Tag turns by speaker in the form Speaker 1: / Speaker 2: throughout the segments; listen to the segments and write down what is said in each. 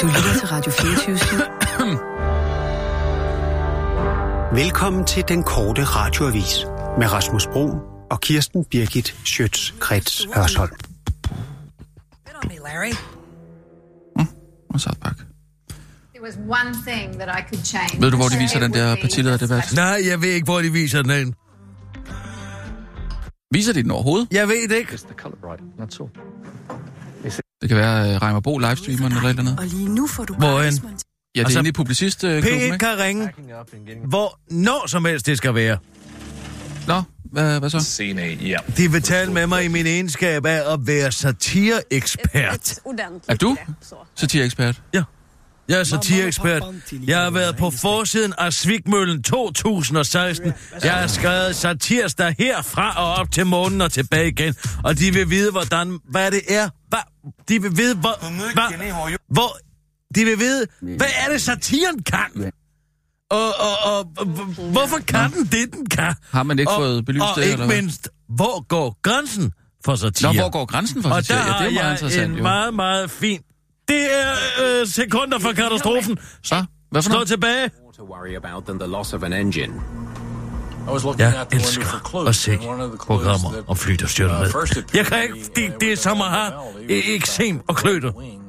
Speaker 1: Du lytter til Radio 24
Speaker 2: Velkommen til den korte radioavis med Rasmus Bro og Kirsten Birgit Schøtz-Krets Hørsholm.
Speaker 3: Spit on me, Larry.
Speaker 4: Mm, Og South Park.
Speaker 5: There was one thing that I could change.
Speaker 4: Ved du, hvor de viser den der partilederdebat?
Speaker 6: Nej, jeg ved ikke, hvor de viser den ind.
Speaker 4: Viser de den overhovedet?
Speaker 6: Jeg ved det ikke.
Speaker 7: It's the color right, that's all.
Speaker 4: Det kan være uh, Reimer Bo livestreameren eller et eller andet.
Speaker 1: Og lige nu får du
Speaker 6: Hvorhen?
Speaker 1: Isman til-
Speaker 4: Ja, det
Speaker 6: Altså,
Speaker 4: er inde i publicistklubben,
Speaker 6: P1
Speaker 4: ikke?
Speaker 6: kan ringe,
Speaker 7: Packing up and getting
Speaker 6: hvor når som helst det skal være.
Speaker 4: Nå, hvad, hvad så?
Speaker 7: seen a yeah.
Speaker 6: De vil tale med mig i min egenskab af at være
Speaker 1: Øh,
Speaker 6: satireekspert.
Speaker 4: Er du satireekspert?
Speaker 6: Jeg er satireekspert. Jeg har været på forsiden af Svigmøllen 2016. Jeg har skrevet satirs der herfra og op til månen og tilbage igen. Og de vil vide, hvordan, hvad det er. Hvad, de vil vide, hvor, hvad, hvor... De vil vide, hvad er det satiren kan? Og, og, og, og hvorfor kan den det, den kan?
Speaker 4: Har man ikke
Speaker 6: og,
Speaker 4: fået belyst
Speaker 6: og
Speaker 4: det,
Speaker 6: ikke
Speaker 4: eller hvad?
Speaker 6: mindst, hvor går grænsen for satire?
Speaker 4: Nå, hvor går grænsen for
Speaker 6: Og der
Speaker 4: satire?
Speaker 6: har
Speaker 4: Ja, det er meget
Speaker 6: jeg
Speaker 4: interessant,
Speaker 6: en
Speaker 4: jo.
Speaker 6: meget, meget fin... Det er øh, sekunder fra katastrofen.
Speaker 4: Så, hvad for
Speaker 6: Stå
Speaker 4: noget?
Speaker 6: tilbage.
Speaker 8: to worry about than the loss of an engine.
Speaker 9: I was looking
Speaker 6: Jeg
Speaker 9: at the wonderful
Speaker 6: elsker at
Speaker 9: clues,
Speaker 6: se
Speaker 9: and one of the clues
Speaker 6: programmer
Speaker 9: that uh,
Speaker 6: om flyt og styrter med.
Speaker 9: first appeared
Speaker 6: Jeg kan
Speaker 9: to
Speaker 6: ikke,
Speaker 9: me,
Speaker 6: det,
Speaker 9: uh,
Speaker 6: det er
Speaker 9: was
Speaker 6: som at
Speaker 9: at
Speaker 6: have
Speaker 9: Melody,
Speaker 6: e- eksem og kløter.
Speaker 9: wing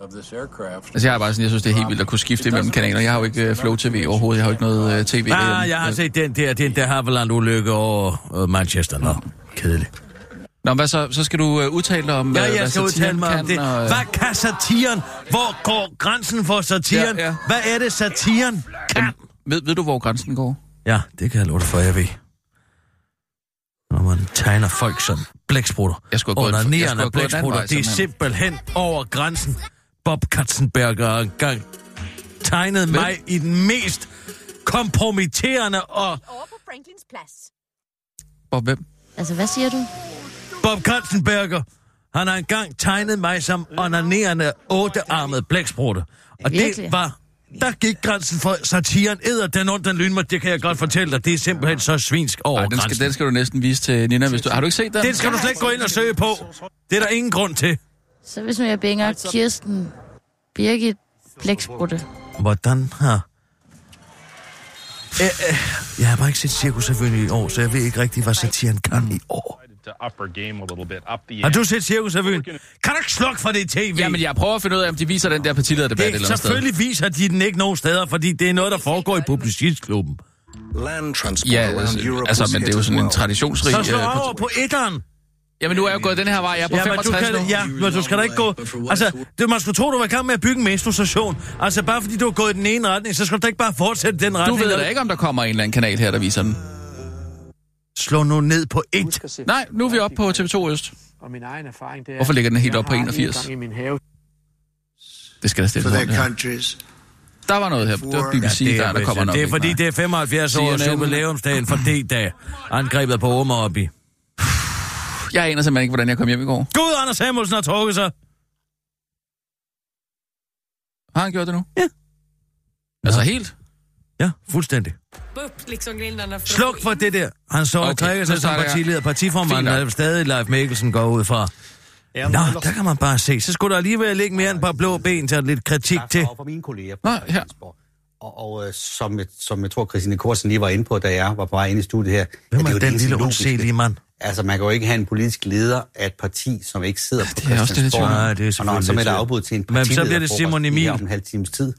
Speaker 9: of this aircraft.
Speaker 4: Altså, jeg er bare sådan, jeg synes, det er helt vildt at kunne skifte imellem kanaler. Jeg har jo ikke øh, Flow TV overhovedet. Jeg har jo ikke noget øh, tv
Speaker 6: Ah,
Speaker 4: derhjemme.
Speaker 6: jeg har set den der, den der Havilland-ulykke over øh, Manchester. Nå, kedeligt.
Speaker 4: Nå, hvad så? Så skal du øh, udtale dig om, øh,
Speaker 6: Ja,
Speaker 4: hvad
Speaker 6: jeg skal
Speaker 4: satiren
Speaker 6: udtale mig
Speaker 4: kan,
Speaker 6: om det.
Speaker 4: og, øh,
Speaker 6: Hvad kan satiren? Hvor går grænsen for satiren?
Speaker 4: Ja, ja.
Speaker 6: Hvad er det, satiren kan?
Speaker 4: Ved, ved du, hvor grænsen går?
Speaker 6: Ja, det kan jeg love dig for, jeg ved. Når man tegner folk som blæksprutter.
Speaker 4: Jeg skulle have gået
Speaker 6: Under
Speaker 4: en- jeg skulle
Speaker 6: nærende
Speaker 4: have
Speaker 6: af
Speaker 4: gået en anden
Speaker 6: blæksprutter,
Speaker 4: vej,
Speaker 6: det er
Speaker 4: simpelthen.
Speaker 6: simpelthen over grænsen. Bob Katzenberger engang tegnede
Speaker 4: Hvem?
Speaker 6: mig i den mest kompromitterende, og
Speaker 10: Over på Franklins plads.
Speaker 4: Hvor hvem?
Speaker 10: Altså, hvad siger du?
Speaker 6: Bob Katzenberger, han har engang tegnet mig som onanerende, ottearmet blæksprutte. Og det
Speaker 10: Virkelig?
Speaker 6: var der gik grænsen for satiren æder den ondt, den lynmer, det kan jeg godt fortælle dig. Det er simpelthen så svinsk over
Speaker 4: Ej, den,
Speaker 6: grænsen.
Speaker 4: skal, den skal du næsten vise til Nina, hvis du... Har du ikke set den?
Speaker 6: Det skal du slet ikke gå ind og søge på. Det er der ingen grund til.
Speaker 10: Så hvis nu jeg bænger Kirsten Birgit Blæksprutte.
Speaker 6: Hvordan har... Æ, æ, jeg har bare ikke set cirkus selvfølgelig i år, så jeg ved ikke rigtig, hvad satiren kan i år.
Speaker 7: To up our game a little bit, up the
Speaker 6: Har du set cirkus Revyen? Kan du ikke slukke for det tv?
Speaker 4: Jamen, jeg prøver at finde ud af, om de viser den der partilederdebat et
Speaker 6: det,
Speaker 4: eller andet sted.
Speaker 6: selvfølgelig viser de den ikke nogen steder, fordi det er noget, der foregår i publicistklubben.
Speaker 9: Land transport
Speaker 4: Ja, altså, altså, men det er jo sådan en traditionsrig...
Speaker 6: Så slå
Speaker 4: øh,
Speaker 6: over på etteren.
Speaker 4: Jamen, nu er jeg jo gået den her vej. Jeg er på
Speaker 6: Ja, men du,
Speaker 4: 65
Speaker 6: kan,
Speaker 4: nu.
Speaker 6: ja, men du skal da ikke gå... Altså, det, man skulle tro, du var i gang med at bygge en metrostation. Altså, bare fordi du har gået i den ene retning, så skal du da ikke bare fortsætte den
Speaker 4: Du
Speaker 6: retning.
Speaker 4: ved da ikke, om der kommer en eller anden kanal her, der viser den.
Speaker 6: Slå nu ned på et.
Speaker 4: Nej, nu er vi oppe på TV2 Øst.
Speaker 9: Og min egen erfaring, det er...
Speaker 4: Hvorfor ligger den helt op på
Speaker 9: Jeg har
Speaker 4: 81?
Speaker 9: en gang i min have
Speaker 4: Det skal der stille
Speaker 9: for
Speaker 4: noget.
Speaker 9: their
Speaker 4: Ja.
Speaker 9: countries.
Speaker 4: Der var noget her. Det var BBC,
Speaker 6: Ja, det er
Speaker 4: der, der
Speaker 6: vist,
Speaker 4: kommer
Speaker 6: ja.
Speaker 4: nok.
Speaker 6: Det er
Speaker 4: ikke
Speaker 6: fordi,
Speaker 4: meget.
Speaker 6: det er 75 års
Speaker 4: CNN.
Speaker 6: jubilæumsdagen for D-dag. Angrebet på Omarobi.
Speaker 4: Jeg aner simpelthen ikke, hvordan jeg kom hjem i går.
Speaker 6: Gud, Anders Samuelsen har trukket sig.
Speaker 4: Har han gjort det nu? Ja. Altså helt?
Speaker 6: Ja, fuldstændig. Sluk for det der. Han så okay,
Speaker 4: Okay,
Speaker 6: trækker sig
Speaker 4: så
Speaker 6: som
Speaker 4: starter jeg.
Speaker 6: partileder. Partiformanden
Speaker 4: Fint nok.
Speaker 6: er stadig Leif Mikkelsen går ud fra. Nå, der kan man bare se. Så skulle der alligevel ikke mere end et par blå ben til og lidt kritik til.
Speaker 11: for mine kolleger på
Speaker 4: Nå, her.
Speaker 11: og, og øh, som, jeg- som jeg tror, Christine Korsen lige var inde på, da jeg var på vej ind i studiet her.
Speaker 6: Hvem
Speaker 11: at det jo
Speaker 6: er
Speaker 11: det
Speaker 6: den
Speaker 11: eneste
Speaker 6: lille
Speaker 11: logiske.
Speaker 6: undselige mand?
Speaker 11: Altså, man kan jo ikke have en politisk leder af et parti, som ikke sidder på
Speaker 4: det er også det, det er
Speaker 11: Christiansborg.
Speaker 4: tvivl.
Speaker 6: Nej, det er
Speaker 11: og når han så
Speaker 6: selvfølgelig
Speaker 11: melder
Speaker 6: lidt-
Speaker 11: afbud til en
Speaker 6: Men så bliver det
Speaker 11: partileder
Speaker 6: Simon Emil.
Speaker 11: om en halv times tid,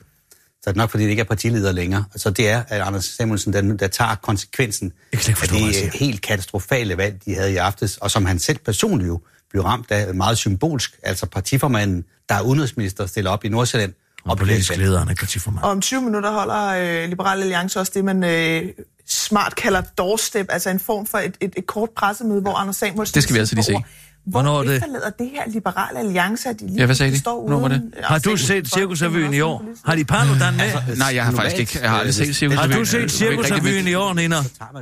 Speaker 11: så er det nok, fordi det ikke er partileder længere. Så det er, at Anders Samuelsen, der, der tager konsekvensen
Speaker 6: Jeg kan slet ikke
Speaker 11: af
Speaker 6: forstå, hvad han
Speaker 11: det
Speaker 6: siger.
Speaker 11: øh, helt katastrofale valg, de havde i aftes, og som han selv personligt jo blev ramt af meget symbolsk. Altså partiformanden, der er udenrigsminister, stiller op i Nordsjælland.
Speaker 6: Og
Speaker 11: bliver
Speaker 6: politisk
Speaker 11: valgt.
Speaker 6: leder, han er partiformand.
Speaker 3: Om 20 minutter holder øh, Liberal Alliance også det, man øh, smart kalder doorstep, altså en form for et, et, et kort pressemøde, hvor Anders Samuelsen...
Speaker 4: Det skal vi altså lige se.
Speaker 6: Hvornår
Speaker 3: Hvornår
Speaker 6: er det?
Speaker 3: det? Hvorfor det her Liberal Alliance, at de lige
Speaker 4: Ja, hvad sagde de?
Speaker 3: står
Speaker 4: Hvornår var det? Altså,
Speaker 3: uden, øh,
Speaker 6: Har du
Speaker 3: Anders
Speaker 6: set
Speaker 3: Samuelsen
Speaker 6: Cirkusrevyen i
Speaker 3: for-
Speaker 6: år? Har de Paludan med?
Speaker 4: Nej, jeg har
Speaker 11: normalt,
Speaker 4: faktisk ikke. Jeg har aldrig
Speaker 11: øh,
Speaker 4: set Cirkus
Speaker 6: Har du
Speaker 4: Revyen.
Speaker 6: set
Speaker 4: Det er jo ikke rigtig
Speaker 6: Cirkusrevyen
Speaker 4: vigtigt.
Speaker 6: i år, Nina?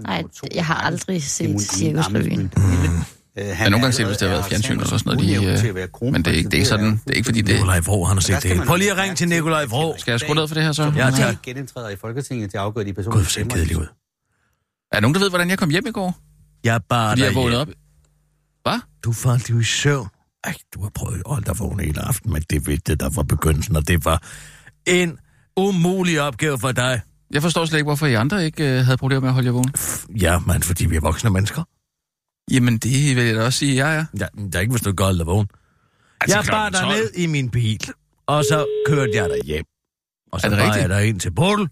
Speaker 10: Nej, jeg har aldrig set Cirkusrevyen.
Speaker 11: cirkusrevyen.
Speaker 4: Ja, nogle gange ser det, hvis det har været fjernsyn eller sådan noget. Lige, øh, men det er ikke, det er ikke sådan. Det er ikke fordi, det...
Speaker 6: Nikolaj Vrå, han har set
Speaker 11: Der
Speaker 6: det
Speaker 11: skal
Speaker 6: hele.
Speaker 11: man-
Speaker 6: Prøv lige at ringe til Nikolaj Vrå.
Speaker 4: Skal jeg skrue ned for det her så?
Speaker 6: Ja, tak.
Speaker 11: genindtræder i Folketinget til at afgøre de personer.
Speaker 6: Gud, for kedelig ud.
Speaker 4: Er der nogen, der ved, hvordan jeg kom hjem i går?
Speaker 6: Jeg er bare
Speaker 4: Fordi jeg vågnede
Speaker 6: derhjemme.
Speaker 4: op. Hvad?
Speaker 6: Du faldt jo i søvn. Ej, du har prøvet at holde dig vågen hele aften, men det vidste det, der var begyndelsen, og det var en umulig opgave for dig.
Speaker 4: Jeg forstår slet ikke, hvorfor I andre ikke øh, havde problemer med at holde jer vågen.
Speaker 6: Ja, men fordi vi er voksne mennesker.
Speaker 4: Jamen, det vil jeg da også sige, ja, ja.
Speaker 6: Ja, men der er ikke, hvis du ikke holder dig vågen.
Speaker 4: Altså,
Speaker 6: Jeg bar
Speaker 4: klokken
Speaker 6: dig
Speaker 4: 12.
Speaker 6: ned i min bil, og så kørte jeg dig hjem. Og så
Speaker 4: Er det
Speaker 6: bar
Speaker 4: rigtigt?
Speaker 6: jeg dig ind til Bortel,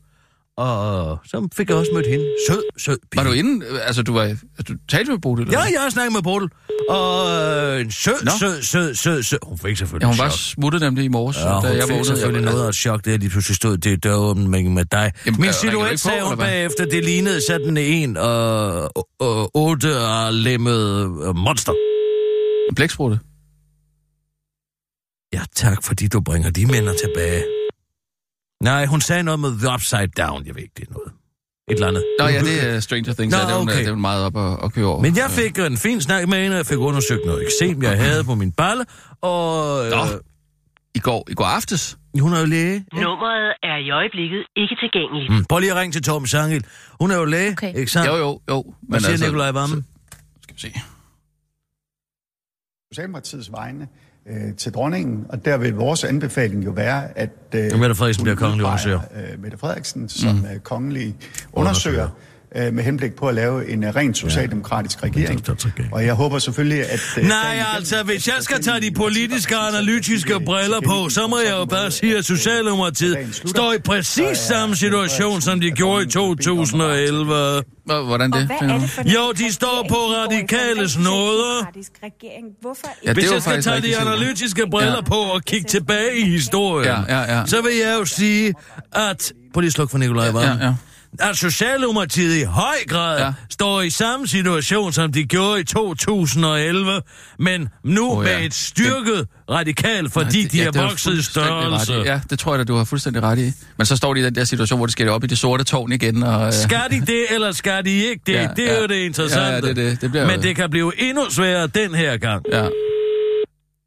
Speaker 6: og så fik jeg også mødt hende. Sød, sød pige.
Speaker 4: Var du inde? Øh, Altså, du, var, altså, du talte med Bodil? eller
Speaker 6: Ja,
Speaker 4: hvad?
Speaker 6: jeg har snakket med Bortel. Og øh, en sød,
Speaker 4: Nå.
Speaker 6: sød, sød, sød, sød. Hun fik
Speaker 4: ja.
Speaker 6: selvfølgelig
Speaker 4: hun
Speaker 6: et
Speaker 4: var
Speaker 6: chok.
Speaker 4: smuttet nemlig i morges,
Speaker 6: Ja, hun
Speaker 4: da
Speaker 6: jeg
Speaker 4: jeg
Speaker 6: fik
Speaker 4: vågnede.
Speaker 6: selvfølgelig noget af et chok, da jeg lige pludselig stod til døråbningen med dig.
Speaker 4: Jamen,
Speaker 6: Min
Speaker 4: øh, ringer du
Speaker 6: silhuet,
Speaker 4: ikke på,
Speaker 6: sagde hun
Speaker 4: eller hvad?
Speaker 6: bagefter, det lignede sådan en og øh, otte og lemmet øh, monster.
Speaker 4: En blæksprutte.
Speaker 6: Ja, tak, fordi du bringer de minder tilbage. Nej, hun sagde noget med the upside down. Jeg ved ikke, det er noget. Et eller andet.
Speaker 4: Nå ja, det er Stranger Things,
Speaker 6: Nå,
Speaker 4: Nå, ja, det, er hun,
Speaker 6: okay.
Speaker 4: okay. det er hun meget op at, at køre over.
Speaker 6: Men jeg fik en fin snak med hende, og jeg fik undersøgt noget eksem, jeg havde på min balle, og...
Speaker 4: Nå. I går, i går aftes?
Speaker 6: Øh, hun er jo læge.
Speaker 1: Nummeret er i øjeblikket ikke tilgængeligt.
Speaker 6: Mm. Prøv lige at ringe til Torben Sangel. Hun er jo læge, okay.
Speaker 10: Okay.
Speaker 6: ikke sandt?
Speaker 4: Jo, jo, jo.
Speaker 6: Hvad siger altså, Nikolaj Vammen?
Speaker 4: Skal vi se.
Speaker 12: Socialdemokratiets vegne øh, til dronningen, og der vil vores anbefaling jo være, at... Øh,
Speaker 6: Ja, Mette Frederiksen
Speaker 12: hun
Speaker 6: bliver kongelig
Speaker 12: udpeger,
Speaker 6: undersøger.
Speaker 12: Øh, Mette Frederiksen som
Speaker 6: Mm.
Speaker 12: mm. kongelig undersøger, øh, med henblik på at lave en øh, rent socialdemokratisk ja. regering. Og jeg håber selvfølgelig, at... Øh,
Speaker 6: Nej, altså, hvis jeg skal tage de politiske og analytiske briller på, så må jeg jo bare sige, at Socialdemokratiet står i præcis samme situation, som de gjorde i 2011.
Speaker 4: Hvordan det? finder du?
Speaker 6: Jo, de står på radikales nåder.
Speaker 13: regering. Hvorfor
Speaker 4: Ja, det
Speaker 6: Hvis
Speaker 4: er jo
Speaker 6: jeg skal
Speaker 4: faktisk
Speaker 6: tage
Speaker 4: rigtigt
Speaker 6: de
Speaker 4: set, ja.
Speaker 6: analytiske briller
Speaker 4: Ja.
Speaker 6: på og kigge tilbage i historien,
Speaker 4: Ja, ja, ja.
Speaker 6: så vil jeg jo sige, at... Prøv lige at slukke for Nikolaj Vammen.
Speaker 4: Ja, ja.
Speaker 6: at Socialdemokratiet i høj grad ja.
Speaker 4: Ja.
Speaker 6: står i samme situation, som de gjorde i 2011, men nu oh,
Speaker 4: Åh,
Speaker 6: ja.
Speaker 4: ja.
Speaker 6: med et styrket radikal, fordi
Speaker 4: Nej,
Speaker 6: Nej, det, de
Speaker 4: ja,
Speaker 6: er
Speaker 4: det har du
Speaker 6: vokset i
Speaker 4: fuldstændig ret i.
Speaker 6: størrelse. Ja.
Speaker 4: Ja, det tror jeg da, du har fuldstændig ret i. Men så står de i den der situation, hvor de skal op i det sorte tårn igen. Og, øh,
Speaker 6: Skal de det, eller skal de ikke det? Ja,
Speaker 4: Ja,
Speaker 6: det er
Speaker 4: ja.
Speaker 6: jo det interessante.
Speaker 4: Ja, ja, det er det. Det bliver
Speaker 6: men
Speaker 4: jo-
Speaker 6: det kan blive endnu sværere den her gang.
Speaker 4: Ja.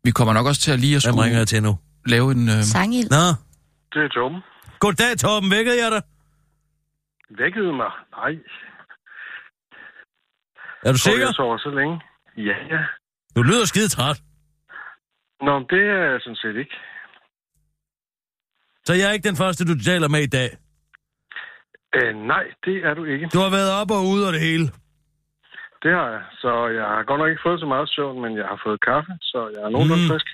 Speaker 4: Vi kommer nok også til at lige at
Speaker 6: Hvem ringer
Speaker 4: skulle
Speaker 6: jeg til nu?
Speaker 4: lave en... Øh,
Speaker 10: Sangild.
Speaker 6: Nå,
Speaker 14: Det er Tom.
Speaker 6: goddag Torben, vækkede jeg dig?
Speaker 14: Vækkede mig. Nej.
Speaker 6: Er du
Speaker 14: Tror,
Speaker 6: sikker?
Speaker 14: Jeg sover så længe. Ja, ja.
Speaker 6: Du lyder skide træt,
Speaker 14: Nå, men det er jeg sådan set ikke.
Speaker 6: så jeg er ikke den første, du taler med i dag.
Speaker 14: Øh, nej, det er du ikke.
Speaker 6: Du har været op og ude og det hele.
Speaker 14: Det har jeg. Så jeg har godt nok ikke fået så meget søvn, men jeg har fået kaffe, så jeg er nogenlunde
Speaker 6: Mm.
Speaker 14: mm. frisk.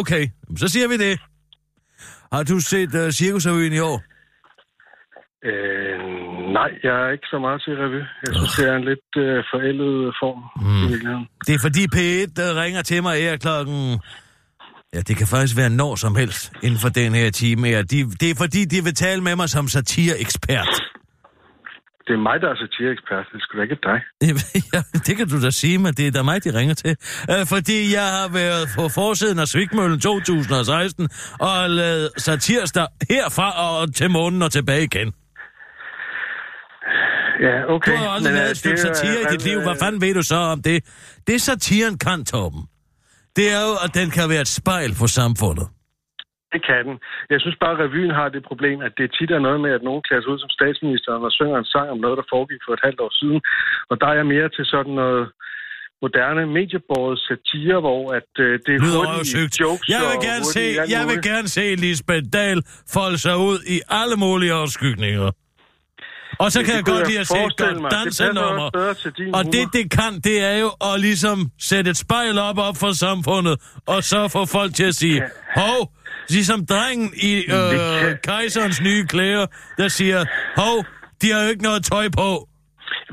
Speaker 6: Okay, så siger vi det. Har du set uh, Cirkusrevyen i år?
Speaker 14: Øh, nej, jeg er ikke så meget til revy. Jeg synes, det er en lidt øh, forældet form mm. i virkeligheden.
Speaker 6: Det er fordi P1 der ringer til mig her klokken... Ja, det kan faktisk være når som helst inden for den her time her. De, det er fordi, de vil tale med mig som satireekspert.
Speaker 14: Det er mig, der er satireekspert. Det skulle da ikke dig.
Speaker 6: Ja, det kan du da sige, men det er da mig, de ringer til. Øh, fordi jeg har været på forsiden af Svigmøllen 2016 og lavet satirster herfra og til månen og tilbage igen.
Speaker 14: Ja, okay.
Speaker 6: Du har aldrig
Speaker 14: Men,
Speaker 6: lavet
Speaker 14: øh,
Speaker 6: et stykke
Speaker 14: det er-
Speaker 6: satire i dit liv. Hvad fanden ved du så om det? Det satiren kan, Torben. Det er jo, at den kan være et spejl for samfundet.
Speaker 14: Det kan den. Jeg synes bare, at revyen har det problem, at det tit er noget med, at nogen klæder sig ud som statsministeren og synger en sang om noget, der foregik for et halvt år siden. Og der er jeg mere til sådan noget moderne mediebåret satire, hvor at, øh, det er
Speaker 6: Lyder
Speaker 14: hurtige
Speaker 6: røvsygt.
Speaker 14: jokes
Speaker 6: Jeg
Speaker 14: og
Speaker 6: vil gerne
Speaker 14: hurtige
Speaker 6: se,
Speaker 14: alt
Speaker 6: jeg vil
Speaker 14: muligt.
Speaker 6: gerne se Lisbeth Dahl folde sig ud i alle mulige afskygninger. Og så
Speaker 14: Ja,
Speaker 6: kan
Speaker 14: det
Speaker 6: jeg
Speaker 14: kunne
Speaker 6: godt
Speaker 14: jeg
Speaker 6: lide at se et
Speaker 14: forestille
Speaker 6: godt
Speaker 14: mig. Det passer
Speaker 6: dansenummer.
Speaker 14: også bedre til din
Speaker 6: Og det,
Speaker 14: humor.
Speaker 6: det kan, det er jo at ligesom sætte et spejl op, op for samfundet, og så få folk til at sige, hov, ligesom drengen i øh, kejserens nye klæder, der siger, hov, de har jo ikke noget tøj på.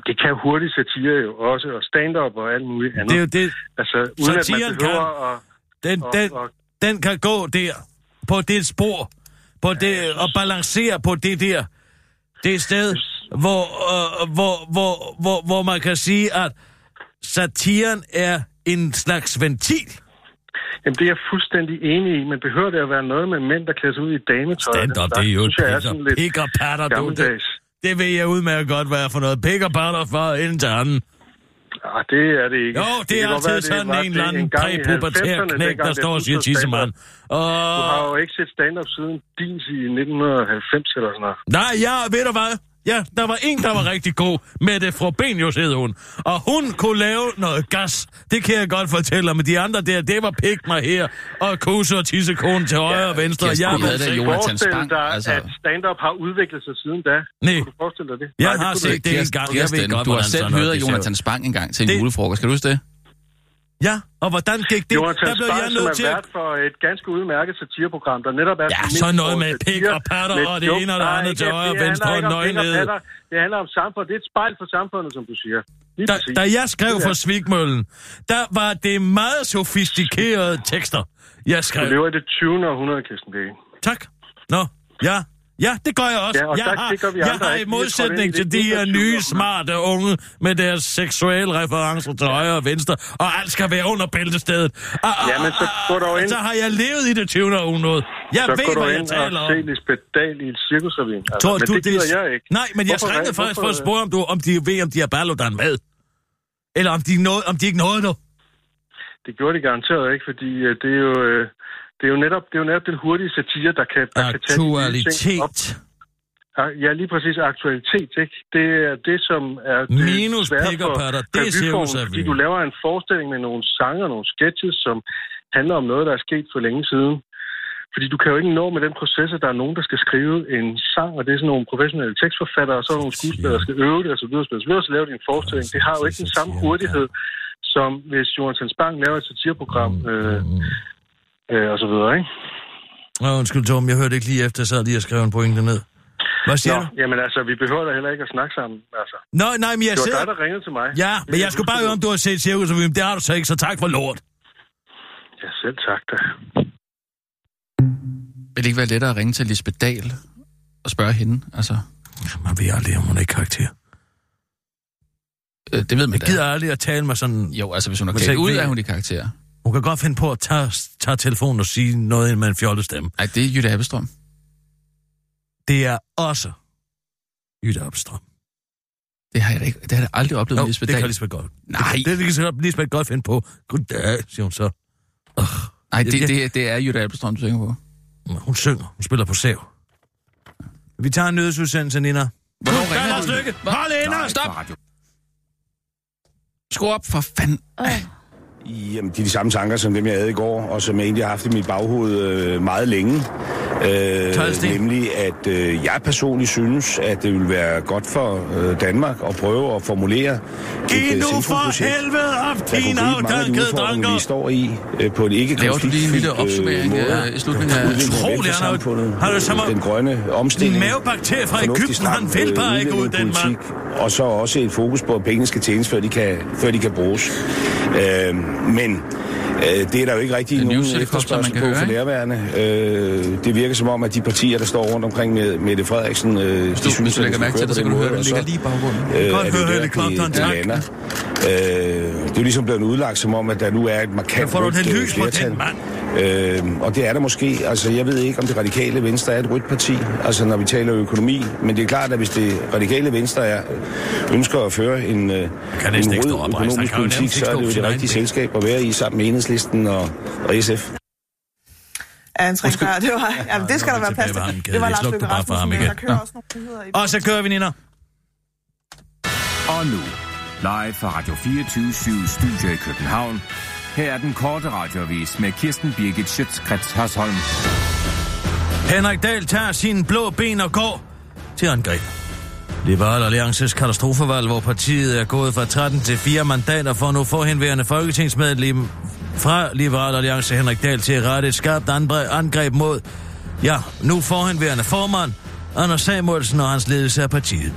Speaker 14: Det kan hurtig satire jo også, og stand-up og alt muligt andet.
Speaker 6: Det er jo det,
Speaker 14: Altså, uden at man
Speaker 6: Satiren
Speaker 14: behøver at...
Speaker 6: Den,
Speaker 14: og-
Speaker 6: den,
Speaker 14: og-
Speaker 6: den kan gå der, på det spor, på det, og balancere på det der. Det sted, hvor, øh, hvor, hvor, hvor, hvor man kan sige, at satiren er en slags ventil.
Speaker 14: Jamen, det er jeg fuldstændig enig i, men behøver det at være noget med mænd, der klæder sig ud i dametøj?
Speaker 6: Stand up, det er jo et pikker,
Speaker 14: pik
Speaker 6: pikker patter, du. Det, det ved jeg udmærket godt, hvad er for noget. Pikker patter fra en til anden.
Speaker 14: Ah, det er det ikke.
Speaker 6: Jo,
Speaker 14: kan
Speaker 6: det er
Speaker 14: godt være,
Speaker 6: altid
Speaker 14: det
Speaker 6: sådan
Speaker 14: var
Speaker 6: en
Speaker 14: det
Speaker 6: eller anden
Speaker 14: engang i
Speaker 6: præpubertær
Speaker 14: 90'erne,
Speaker 6: knæk,
Speaker 14: dengang
Speaker 6: der
Speaker 14: det
Speaker 6: står og siger
Speaker 14: fuldt stand-up.
Speaker 6: tissemand.
Speaker 14: Du
Speaker 6: Og...
Speaker 14: har jo ikke set stand-up siden din i 1990 eller sådan noget.
Speaker 6: Nej, ja, ved du hvad? Ja, der var en, der var rigtig god. Mette Frobenius hed hun. Og hun kunne lave noget gas. Det kan jeg godt fortælle dig, men de andre der, det var pik mig her. Og kusse og tissekonen til højre og venstre.
Speaker 4: Kirsten,
Speaker 6: jeg
Speaker 4: vi havde
Speaker 6: ved
Speaker 4: da
Speaker 6: ikke.
Speaker 4: Jonathan
Speaker 14: Forestil dig, altså... at stand-up har udviklet sig siden da.
Speaker 6: Nej.
Speaker 14: Kan du forestille dig det?
Speaker 6: Jeg
Speaker 14: Nej, kunne
Speaker 6: har
Speaker 14: du
Speaker 6: set
Speaker 14: ikke.
Speaker 6: det engang. Jeg ved
Speaker 4: Kirsten,
Speaker 6: godt,
Speaker 4: du har
Speaker 6: hvordan
Speaker 4: selv
Speaker 6: sådan noget,
Speaker 4: hørt
Speaker 6: det ser ud.
Speaker 4: Jonathan Spang engang til en julefrokost. Kan du huske det?
Speaker 6: Ja, og hvordan gik det?
Speaker 14: Jonathan
Speaker 6: der blev
Speaker 14: Spang,
Speaker 6: jeg
Speaker 14: som
Speaker 6: nødt
Speaker 14: er
Speaker 6: til at...
Speaker 14: vært for et ganske udmærket satireprogram, der netop er...
Speaker 6: Ja, så noget med pik og patter og det ene og det andet til højre og venstre og nøgenhed.
Speaker 14: Det handler om samfundet. Det er et spejl for samfundet, som du siger. Lige
Speaker 6: Da,
Speaker 14: præcis.
Speaker 6: da jeg skrev
Speaker 14: Det er-
Speaker 6: for Svigmøllen, der var det meget sofistikerede tekster, jeg
Speaker 14: Du
Speaker 6: skrev.
Speaker 14: lever i det 20. århundrede, Kirsten Birgit.
Speaker 6: Tak. Nå, ja. Ja, det gør jeg også.
Speaker 14: Ja, og
Speaker 6: jeg
Speaker 14: der-
Speaker 6: har,
Speaker 14: det gør vi
Speaker 6: jeg
Speaker 14: andre
Speaker 6: har i
Speaker 14: ikke. Vi tror, det
Speaker 6: modsætning
Speaker 14: er
Speaker 6: til
Speaker 14: lidt
Speaker 6: de her
Speaker 14: unaturligt,
Speaker 6: nye,
Speaker 14: men-
Speaker 6: smarte unge med deres seksuelle referencer til højre og venstre, og alt skal være under bæltestedet. Ah, ah,
Speaker 14: Ja, men så gå dog ind.
Speaker 6: Så har jeg levet i det 20. århundrede. Jeg
Speaker 14: så
Speaker 6: ved,
Speaker 14: går du
Speaker 6: hvad jeg
Speaker 14: ind
Speaker 6: taler
Speaker 14: og
Speaker 6: om.
Speaker 14: se Lisbeth Dahl i et cirkusrevyen. Altså,
Speaker 6: Tror
Speaker 14: men
Speaker 6: du,
Speaker 14: det gider
Speaker 6: er-
Speaker 14: jeg ikke.
Speaker 6: Nej, men jeg
Speaker 14: Hvorfor-
Speaker 6: ringede faktisk for at
Speaker 14: hvorfor-
Speaker 6: spørge, om, du, om de ved, om de har Berludan med. Eller om de, nåede, om de ikke nåede det.
Speaker 14: Det gjorde de garanteret ikke, fordi øh, det er jo... øh, Det er jo netop, det er jo netop den hurtige satire, der kan, der kan tage de nye ting op.
Speaker 6: Aktualitet.
Speaker 14: Ja, lige præcis aktualitet, ikke? Det er det, som er... det
Speaker 6: Minus
Speaker 14: svære
Speaker 6: pik og
Speaker 14: for
Speaker 6: patter, det er
Speaker 14: revyformen,
Speaker 6: cirkusrevyen.
Speaker 14: Fordi du laver en forestilling med nogle sanger, nogle sketches, som handler om noget, der er sket for længe siden. Fordi du kan jo ikke nå med den proces, at der er nogen, der skal skrive en sang, og det er sådan nogle professionelle tekstforfattere, og så er der nogle skuespillere, der skal øve det, og så videre, og så videre, så laver de en forestilling. Det har jo ikke den samme hurtighed, som hvis Jonathan Spang laver et satireprogram,
Speaker 6: Mm,
Speaker 14: øh, øh, og så videre, ikke?
Speaker 6: Nå, undskyld, Tom, jeg hørte ikke lige efter, så lige og skrev en pointe ned. Hvad siger
Speaker 14: Nå,
Speaker 6: du?
Speaker 14: jamen altså, vi behøver da heller ikke at snakke sammen, altså.
Speaker 6: Nå, nej, men jeg
Speaker 14: det var
Speaker 6: sidder...
Speaker 14: dig, der ringede til mig.
Speaker 6: Ja,
Speaker 14: Det
Speaker 6: men
Speaker 14: kan
Speaker 6: jeg skulle bare
Speaker 14: huske
Speaker 6: høre, om du har set cirkusrevyen. Det har du så ikke, så tak for lort.
Speaker 14: Ja, selv tak da.
Speaker 4: Vil det ikke være lettere at ringe til Lisbeth Dahl og spørge hende? Altså,
Speaker 6: Man ved aldrig, om hun er i karakter.
Speaker 4: øh, det ved man
Speaker 6: Jeg
Speaker 4: da.
Speaker 6: gider aldrig at tale med sådan...
Speaker 4: Jo, altså hvis hun er
Speaker 6: Men så
Speaker 4: klædt ud,
Speaker 6: ved-
Speaker 4: er hun i karakter.
Speaker 6: Hun kan godt finde på at tage, tage telefonen og sige noget med en fjollet stemme.
Speaker 4: Nej, det er Jytte Abbestrøm.
Speaker 6: Det er også Jytte Opstrøm.
Speaker 4: Det har jeg da ikke, det har jeg da aldrig oplevet
Speaker 6: Jo,
Speaker 4: med Lisbeth
Speaker 6: det
Speaker 4: Dahl.
Speaker 6: kan Lisbeth godt.
Speaker 4: Nej.
Speaker 6: Det, kan- det kan så- Lisbeth godt finde på. Goddag, siger hun så.
Speaker 4: Nej, det,
Speaker 6: Jeg-
Speaker 4: det, det er Jytte Abbestrøm, du tænker på.
Speaker 6: Men Hun synger. Hun spiller på sav. Vi tager en nyhedsudsendelse, Nina.
Speaker 4: Hvornår
Speaker 6: Der er Lars Lykke. Hold ind! Stop!
Speaker 4: Skru op for fanden.
Speaker 13: Jamen, det er de samme tanker, som dem, jeg havde i går, og som jeg egentlig har haft i mit baghoved øh, meget længe. Øh, nemlig, at øh, jeg personligt synes, at det vil være godt for øh, Danmark at prøve at formulere
Speaker 6: Giv
Speaker 13: øh,
Speaker 6: nu for
Speaker 13: centrumprojekt,
Speaker 6: helvede op,
Speaker 13: der kunne
Speaker 6: din
Speaker 13: gribe mange af de
Speaker 6: afdankede
Speaker 13: udfordringer, vi
Speaker 6: dranker!
Speaker 13: står i øh, på en ikke
Speaker 4: Laver du lige en lille opsummering, øh, i slutningen af- Utrolig,
Speaker 6: han har jo-
Speaker 13: har du som den grønne omstilling.
Speaker 6: Mavebakterier fra
Speaker 13: fornuftig
Speaker 6: Egypten, han
Speaker 13: stram,
Speaker 6: vil bare
Speaker 13: øh,
Speaker 6: ikke ud, den mand.
Speaker 13: udlændingepolitik, Og så også et fokus på, at pengene skal tjenes, før de kan, før de kan bruges. Øh, men øh, det er der jo ikke rigtig
Speaker 4: Den
Speaker 13: nogen
Speaker 4: news helikopter, man
Speaker 13: efterspørgsel
Speaker 4: kan
Speaker 13: på
Speaker 4: høre,
Speaker 13: for
Speaker 4: ikke?
Speaker 13: nærværende. Øh, det virker som om, at de partier, der står rundt omkring med Mette Frederiksen, øh,
Speaker 4: Hvis du, hvis du lægger mærke til det, så Øh, kan du høre, det ligger lige i baggrunden.
Speaker 13: Godt høre helikopteren, tak. Øh, det er jo ligesom blevet udlagt som om, at der nu er et markant
Speaker 6: får du
Speaker 13: rødt,
Speaker 6: det
Speaker 13: øh,
Speaker 6: lys på den,
Speaker 13: flertal. Øh, og det er der måske. Altså, jeg ved ikke, om det radikale venstre er et rødt parti, altså når vi taler økonomi. Men det er klart, at hvis det radikale venstre er, ønsker at føre en, øh, en
Speaker 6: næsten ikke stå
Speaker 13: rød
Speaker 6: oprejst. Han
Speaker 13: økonomisk
Speaker 6: kan jo nærmest
Speaker 13: politik,
Speaker 6: ikke
Speaker 13: så er
Speaker 6: stå
Speaker 13: det jo
Speaker 6: på sin
Speaker 13: det
Speaker 6: egen
Speaker 13: rigtige
Speaker 6: ben.
Speaker 13: selskab at være i sammen med enhedslisten og, og SF.
Speaker 3: Ja, han trængte bare- det var, ja, det skal der være plads
Speaker 6: ham,
Speaker 3: til.
Speaker 6: Kjell.
Speaker 3: Det var
Speaker 6: Vi
Speaker 3: Lars
Speaker 6: slukker
Speaker 3: Løkke
Speaker 6: bare for ham
Speaker 3: Rasmussen, men
Speaker 6: igen.
Speaker 3: der kører også nogle nyheder i
Speaker 6: Og så kører vi, Nina.
Speaker 15: Og nu, live fra Radio 24 Studio i København. Her er den korte radiovis med Kirsten Birgit Schøtzgrads Hasholm.
Speaker 6: Henrik Dahl tager sine blå ben og går til angreb. Liberal Alliances katastrofevalg, hvor partiet er gået fra 13 til 4 mandater for nu forhenværende folketingsmedlem fra Liberal Alliance Henrik Dahl til at rette et skarpt andre- angreb mod, ja, nu forhenværende formand, Anders Samuelsen og hans ledelse af partiet.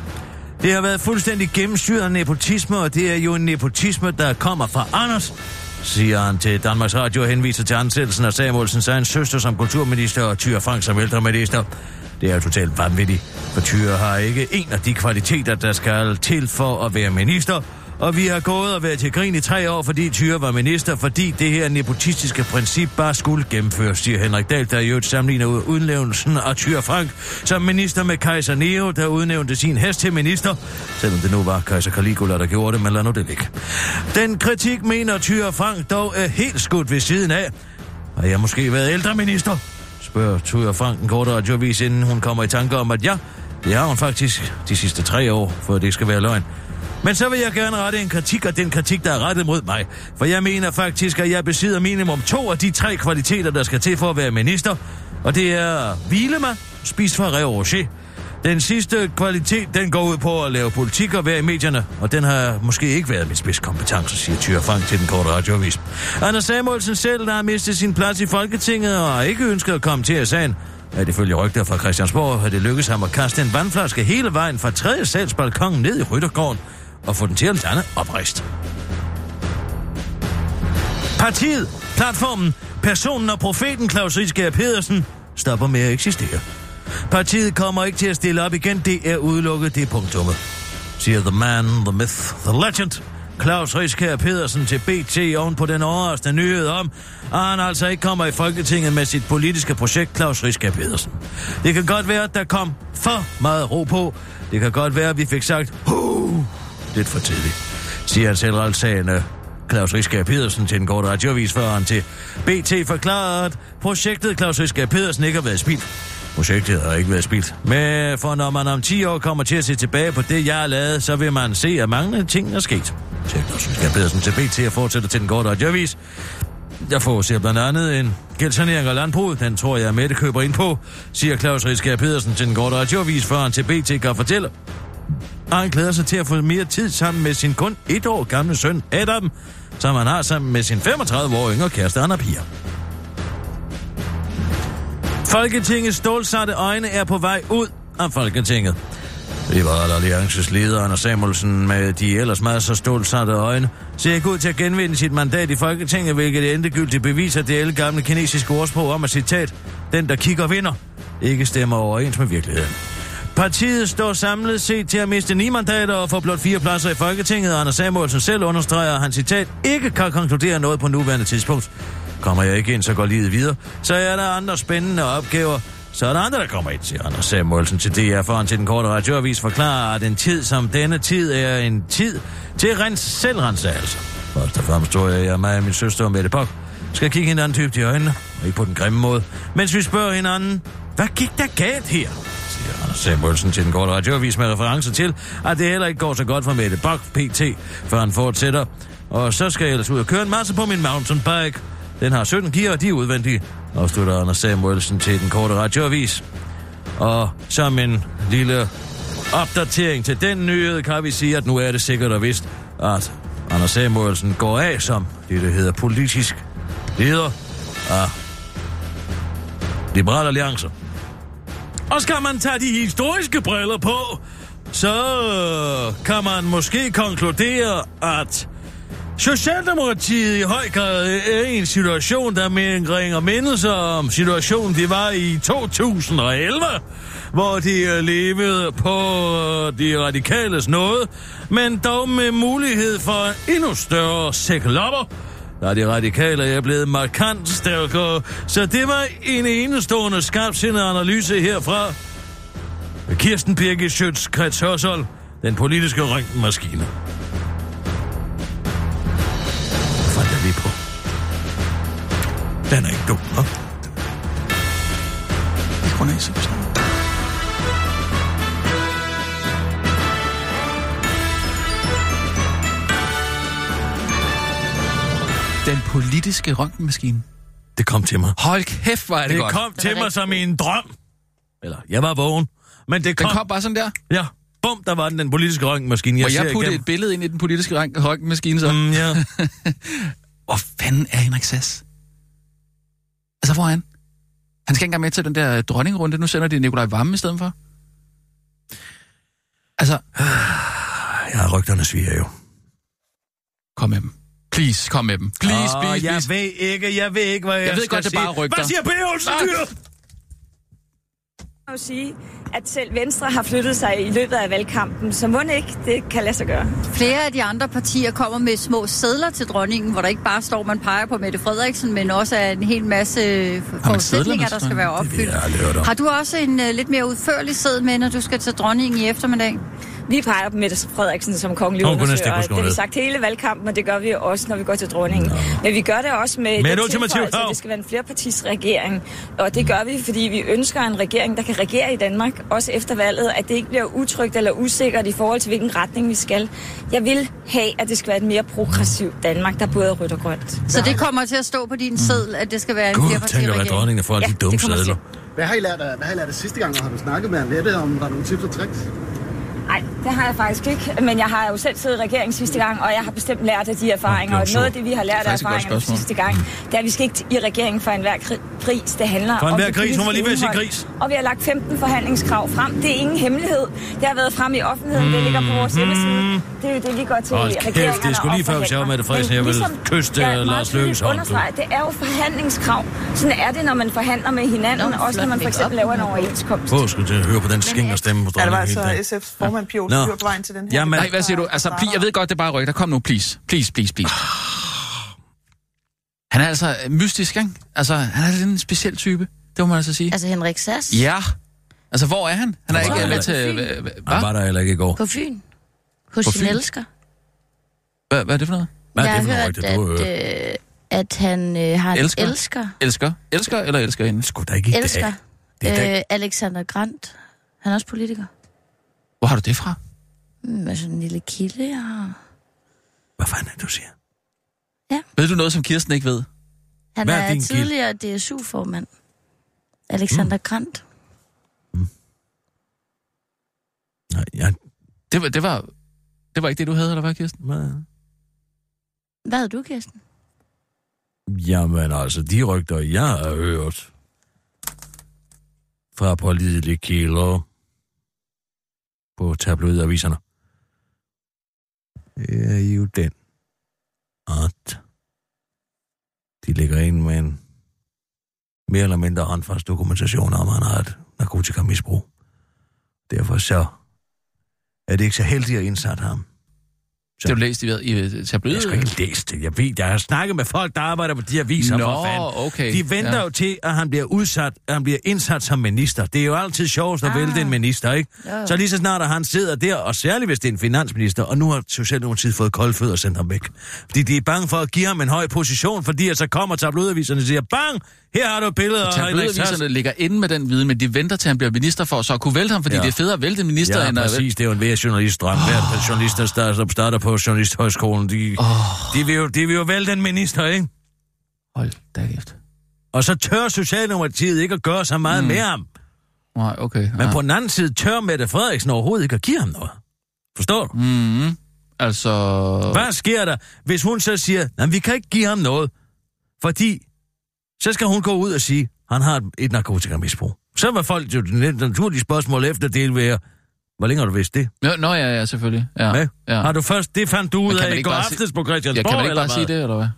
Speaker 6: Det har været fuldstændig gennemsyret af nepotisme, og det er jo en nepotisme, der kommer fra Anders, siger han til Danmarks Radio og henviser til ansættelsen af Samuelsens egen søster som kulturminister og Tyre Frank som ældreminister. Det er jo totalt vanvittigt, for Tyre har ikke en af de kvaliteter, der skal til for at være minister, og vi har gået og været til grin i tre år, fordi Tyre var minister, fordi det her nepotistiske princip bare skulle gennemføres, siger Henrik Dahl, der i øvrigt sammenligner udnævnelsen af Tyre Frank som minister med kejser Nero, der udnævnte sin hest til minister, selvom det nu var kejser Caligula, der gjorde det, men lad nu det ligge. Den kritik mener Tyre Frank dog er helt skudt ved siden af. Har jeg måske været ældreminister? Spørger Tyre Frank en kort radiovis, inden hun kommer i tanke om, at ja, Det har hun faktisk de sidste tre år, for at det ikke skal være løgn. Men så vil jeg gerne rette en kritik, og den kritik, der er rettet mod mig. For jeg mener faktisk, at jeg besidder minimum to af de tre kvaliteter, der skal til for at være minister. Og det er hvile mig, spis for rev rocher. Den sidste kvalitet, den går ud på at lave politik og være i medierne, og den har måske ikke været min spidskompetence, siger Tyre Frank til den korte radioavis. Anders Samuelsen selv, der har mistet sin plads i Folketinget og ikke ønsker at komme til sagen, at ifølge rygter fra Christiansborg har det lykkedes ham at kaste en vandflaske hele vejen fra tredje sals balkon ned i Ryttergården og få den til at lande oprejst. Partiet, platformen, personen og profeten Claus Rieskær Pedersen stopper med at eksistere. Partiet kommer ikke til at stille op igen, det er udelukket, det er punktummet. Siger the man, the myth, the legend, Claus Rieskær Pedersen til BT oven på den overraskende nyhed om, at han altså ikke kommer i Folketinget med sit politiske projekt Claus Rieskær Pedersen. Det kan godt være, at der kom for meget ro på. Det kan godt være, at vi fik sagt, Hoo! lidt for tidligt, siger han selvretssagende Claus Rieskær Pedersen til den korte radioavis, før han til BT forklarer, at projektet Claus Rieskær Pedersen ikke har været spildt. Projektet har ikke været spildt. Men for når man om 10 år kommer til at se tilbage på det, jeg har lavet, så vil man se, at mange ting er sket. Siger Claus Rieskær Pedersen til BT og fortsætter til den korte radioavis. Jeg får se blandt andet en gældsanering af landbruget. Den tror jeg, Mette køber ind på, siger Claus Rieskær Pedersen til den korte radioavis, før han til BT kan fortælle, og han glæder sig til at få mere tid sammen med sin kun et år gamle søn Adam, som han har sammen med sin 35 år yngre kæreste Anna Pia. Folketingets stålsatte øjne er på vej ud af Folketinget. Liberal Alliances leder Anders Samuelsen med de ellers meget så stålsatte øjne ser ikke ud til at genvinde sit mandat i Folketinget, hvilket endegyldigt beviser det alle gamle kinesiske ordsprog om at citat, den der kigger vinder, ikke stemmer overens med virkeligheden. Partiet står samlet set til at miste ni mandater og få blot fire pladser i Folketinget. Anders Samuelsen selv understreger, at han citat ikke kan konkludere noget på nuværende tidspunkt. Kommer jeg ikke ind, så går livet videre. Så er der andre spændende opgaver. Så er der andre, der kommer ind, siger Anders Samuelsen til DR, for han til den korte radioavis forklarer, at en tid som denne tid er en tid til rens selvrensagelse. Først og fremmest tror jeg, at jeg og mig og min søster og Mette Bok skal kigge hinanden dybt i øjnene, og ikke på den grimme måde, mens vi spørger hinanden, hvad gik der galt her? siger Anders Samuelsen til den korte radioavis med reference til, at det heller ikke går så godt for Mette Bok, PT, før han fortsætter. Og så skal jeg ellers ud og køre en masse på min mountainbike. Den har 17 gear, og de er udvendige, afslutter Anders Samuelsen til den korte radioavis. Og som en lille opdatering til den nyhed, kan vi sige, at nu er det sikkert og vist, at Anders Samuelsen går af som det, der hedder politisk leder af Liberal Alliance. Og skal man tage de historiske briller på, så kan man måske konkludere, at Socialdemokratiet i høj grad er i en situation, der bringer mindelser om situationen, de var i 2011, hvor de øh, levede på øh, de radikales nåde, men dog med mulighed for en endnu større sæklopper, da de radikale er blevet markant stærkere. Så det var en enestående skarpsindet analyse herfra. Kirsten Birgit Schøtz, Krets Hørsholm, den politiske røntgenmaskine. Hvad fandt jeg lige på? Den er ikke dum, hva'? Vi kunne ikke se
Speaker 4: Den politiske røntgenmaskine.
Speaker 6: Det kom til mig.
Speaker 4: Hold kæft, hvor er det,
Speaker 6: det
Speaker 4: godt. Den
Speaker 6: kom
Speaker 4: er
Speaker 6: til mig
Speaker 4: rigtig
Speaker 6: som i en drøm. Eller, jeg var vågen. Men det kom...
Speaker 4: Den kom bare sådan der?
Speaker 6: Ja. Bum, der var den, den politiske røntgenmaskine.
Speaker 4: Må jeg
Speaker 6: ser
Speaker 4: putte
Speaker 6: igennem.
Speaker 4: et billede ind i den politiske rønt- røntgenmaskine så?
Speaker 6: Mm, ja.
Speaker 4: hvor fanden er Henrik Sass? Altså, hvor er han? Han skal ikke engang med til den der øh, dronningrunde. Nu sender de Nikolaj Vamme i stedet for. Altså...
Speaker 6: Ja, rygterne sviger jo.
Speaker 4: Kom med dem. Please, kom med dem. Please,
Speaker 6: Åh,
Speaker 4: please,
Speaker 6: jeg
Speaker 4: please.
Speaker 6: ved ikke, jeg ved ikke, hvad jeg,
Speaker 4: Jeg ved godt,
Speaker 6: skal
Speaker 4: det er bare
Speaker 6: sige.
Speaker 4: rygter.
Speaker 6: Hvad siger Pelle Olsen Dyr?
Speaker 16: kan jo sige, at selv Venstre har flyttet sig i løbet af valgkampen, så må ikke, det kan lade sig gøre.
Speaker 17: Flere af de andre partier kommer med små sædler til dronningen, hvor der ikke bare står, man peger på Mette Frederiksen, men også er en hel masse forudsætninger, der skal være øh, opfyldt. Har du også en uh, lidt mere udførlig sæd med, når du skal til dronningen i eftermiddag?
Speaker 16: Vi peger på Mette Frederiksen som kongelig
Speaker 6: Nå, hun kunne næsten
Speaker 16: undersøger. og
Speaker 6: ikke huske
Speaker 16: Det har vi
Speaker 6: noget.
Speaker 16: sagt hele valgkampen, og det gør vi også, når vi går til dronningen. Men vi gør det også med,
Speaker 6: Med
Speaker 16: den
Speaker 6: et ultimativt
Speaker 16: tilføjelse, at
Speaker 6: krav.
Speaker 16: det skal være en flerpartisregering. Og det gør vi, fordi vi ønsker en regering, der kan regere i Danmark, også efter valget, at det ikke bliver utrygt eller usikkert i forhold til, hvilken retning vi skal. Jeg vil have, at det skal være et mere progressivt Danmark, der både er rødt og grønt.
Speaker 17: Så det kommer til at stå på din seddel, at det skal være en
Speaker 6: Gud, tænk at være
Speaker 17: flerpartiregering.
Speaker 6: dronningen af folk, ja, de dumme sædler.
Speaker 18: Hvad har I lært af, hvad har I lært af sidste gang, og har du snakket med Annette om, der er nogle tips og tricks?
Speaker 16: Nej, det har jeg faktisk ikke. Men jeg har jo selv siddet i regeringen sidste gang, og jeg har bestemt lært af de erfaringer.
Speaker 17: Åh, det var
Speaker 16: Og noget af
Speaker 17: sjovt.
Speaker 16: det, vi har
Speaker 17: Det er
Speaker 16: lært af
Speaker 17: faktisk et godt
Speaker 16: erfaringerne
Speaker 17: spørgsmål.
Speaker 16: sidste gang,
Speaker 6: Mm.
Speaker 16: det er, at vi skal ikke i regeringen for enhver kri- pris. Det handler
Speaker 6: For
Speaker 16: om
Speaker 6: enhver
Speaker 16: det
Speaker 6: gris. Hun var lige ved at sige
Speaker 16: politiske
Speaker 6: gris.
Speaker 16: indhold. Og vi har lagt 15 forhandlingskrav frem. Det er ingen hemmelighed. Det har været frem i offentligheden. Det ligger på vores hjemmeside. Det er jo det, vi går til
Speaker 6: Mm. Hold kæft, det er sgu
Speaker 16: regeringerne
Speaker 6: lige før,
Speaker 16: og
Speaker 6: hvis jeg var
Speaker 16: forhandler.
Speaker 6: Mette Frederiksen,
Speaker 16: Men
Speaker 6: jeg ville
Speaker 16: ligesom
Speaker 6: kysse, øh,
Speaker 16: jeg meget
Speaker 6: Lars Løkkes
Speaker 16: tydeligt
Speaker 6: hånd, du.
Speaker 16: understreger, Det er jo forhandlingskrav. Sådan er det, når man forhandler med hinanden. Også når man for eksempel laver en overenskomst.
Speaker 6: Hvor skulle til at høre på den skinger stemme på
Speaker 3: Ja, det var
Speaker 6: dronningen
Speaker 3: altså
Speaker 6: hele dagen?
Speaker 3: SF's formand, Pia
Speaker 6: Nå.
Speaker 3: Olsen Dyhr, på vejen til den her.
Speaker 4: Nej, hvad siger du? Altså, pli, jeg ved godt, det er bare rygter. Kom nu, please. Please, please, please. Han er altså øh, mystisk, ikke? Altså, han er lidt en speciel type. Det må man altså sige.
Speaker 10: Altså Henrik Sass?
Speaker 4: Ja. Altså, hvor er han? Han er
Speaker 10: Han var
Speaker 4: ikke
Speaker 10: der
Speaker 4: med til...
Speaker 10: heller
Speaker 4: hva- hva-
Speaker 6: Han var der heller ikke i går.
Speaker 10: På Fyn? Hos
Speaker 4: På
Speaker 10: sin
Speaker 4: Fyn?
Speaker 10: elsker?
Speaker 4: Hvad, hvad er det for noget?
Speaker 10: jeg har hørt, at, øh, at han øh, har en elsker.
Speaker 4: Elsker?
Speaker 10: elsker.
Speaker 4: Elsker? Elsker eller elsker hende?
Speaker 6: Skulle da
Speaker 10: elsker.
Speaker 4: Det er i dag.
Speaker 10: Øh, Alexander Grant. Han er også politiker.
Speaker 4: Hvor har du det fra?
Speaker 10: Mm, altså en lille kilde, jeg har.
Speaker 6: Hvad fanden er det, du siger?
Speaker 4: Ved du noget, som Kirsten ikke ved?
Speaker 10: Han
Speaker 4: Hvad
Speaker 10: Hvad
Speaker 4: er
Speaker 10: er,
Speaker 4: din kilde?
Speaker 10: tidligere DSU-formand. Alexander mm. Grant.
Speaker 6: Nej, jeg...
Speaker 4: Det var, det var, det var ikke det, du havde, eller hvad, Kirsten? Nej.
Speaker 10: Hvad havde du, Kirsten?
Speaker 6: Jamen altså, de rygter, jeg har hørt fra pålidelige kilder på tabloidaviserne, det er jo den, at de ligger ind med en mere eller mindre håndfast dokumentation om, at han har et narkotikamisbrug. Derfor så er det ikke så heldigt at indsætte ham.
Speaker 4: Det har du læst i, hvad- i øh, tabloid?
Speaker 6: Jeg skal ikke læse det. Jeg, ved, jeg har snakket med folk, der arbejder på de aviser.
Speaker 4: Nå,
Speaker 6: for fanden.
Speaker 4: okay.
Speaker 6: De venter
Speaker 4: Ja.
Speaker 6: ja. jo til, at han bliver udsat, at han bliver indsat som minister. Det er jo altid sjovest at ah. vælte en minister, ikke?
Speaker 4: Jo, jo.
Speaker 6: Så lige så snart, at han sidder der, og særligt hvis det er en finansminister, og nu har Socialdemokratiet fået kolde fødder og sendt ham væk. Fordi de er bange for at give ham en høj position, fordi at så kommer tabloidaviserne og siger, bang, her har du billeder.
Speaker 4: Tabloidaviserne ligger inde med den viden, men de venter til, han bliver minister for, så at kunne vælte ham, fordi ja. det er federe at vælte en minister,
Speaker 6: Ja,
Speaker 4: end at...
Speaker 6: præcis. Det er jo en hver journalistdrøm. Oh. Hver journalist, der starter, starter på Journalisthøjskolen, de, oh. de, vil jo, de vil jo vælge den minister, ikke?
Speaker 4: Hold da kæft.
Speaker 6: Og så tør Socialdemokratiet ikke at gøre så meget mm. med ham.
Speaker 4: Nej, okay. Ah.
Speaker 6: Men på den anden side tør Mette Frederiksen overhovedet ikke at give ham noget. Forstår du?
Speaker 4: Mm, altså...
Speaker 6: Hvad sker der, hvis hun så siger, at vi kan ikke give ham noget, fordi så skal hun gå ud og sige, at han har et, et narkotikamisbrug. Så var folk jo det naturlige spørgsmål efter det være, hvor længe har du vidst det?
Speaker 4: Nå, nå ja, ja, selvfølgelig. Ja.
Speaker 6: Hvad?
Speaker 4: Ja.
Speaker 6: Har du først, det fandt du
Speaker 4: Men
Speaker 6: ud
Speaker 4: kan man
Speaker 6: af i
Speaker 4: ikke
Speaker 6: går
Speaker 4: bare sige-
Speaker 6: aftes på
Speaker 4: Ja,
Speaker 6: Christiansborg,
Speaker 4: kan man ikke bare
Speaker 6: eller
Speaker 4: sige
Speaker 6: hvad?
Speaker 4: det, eller hvad?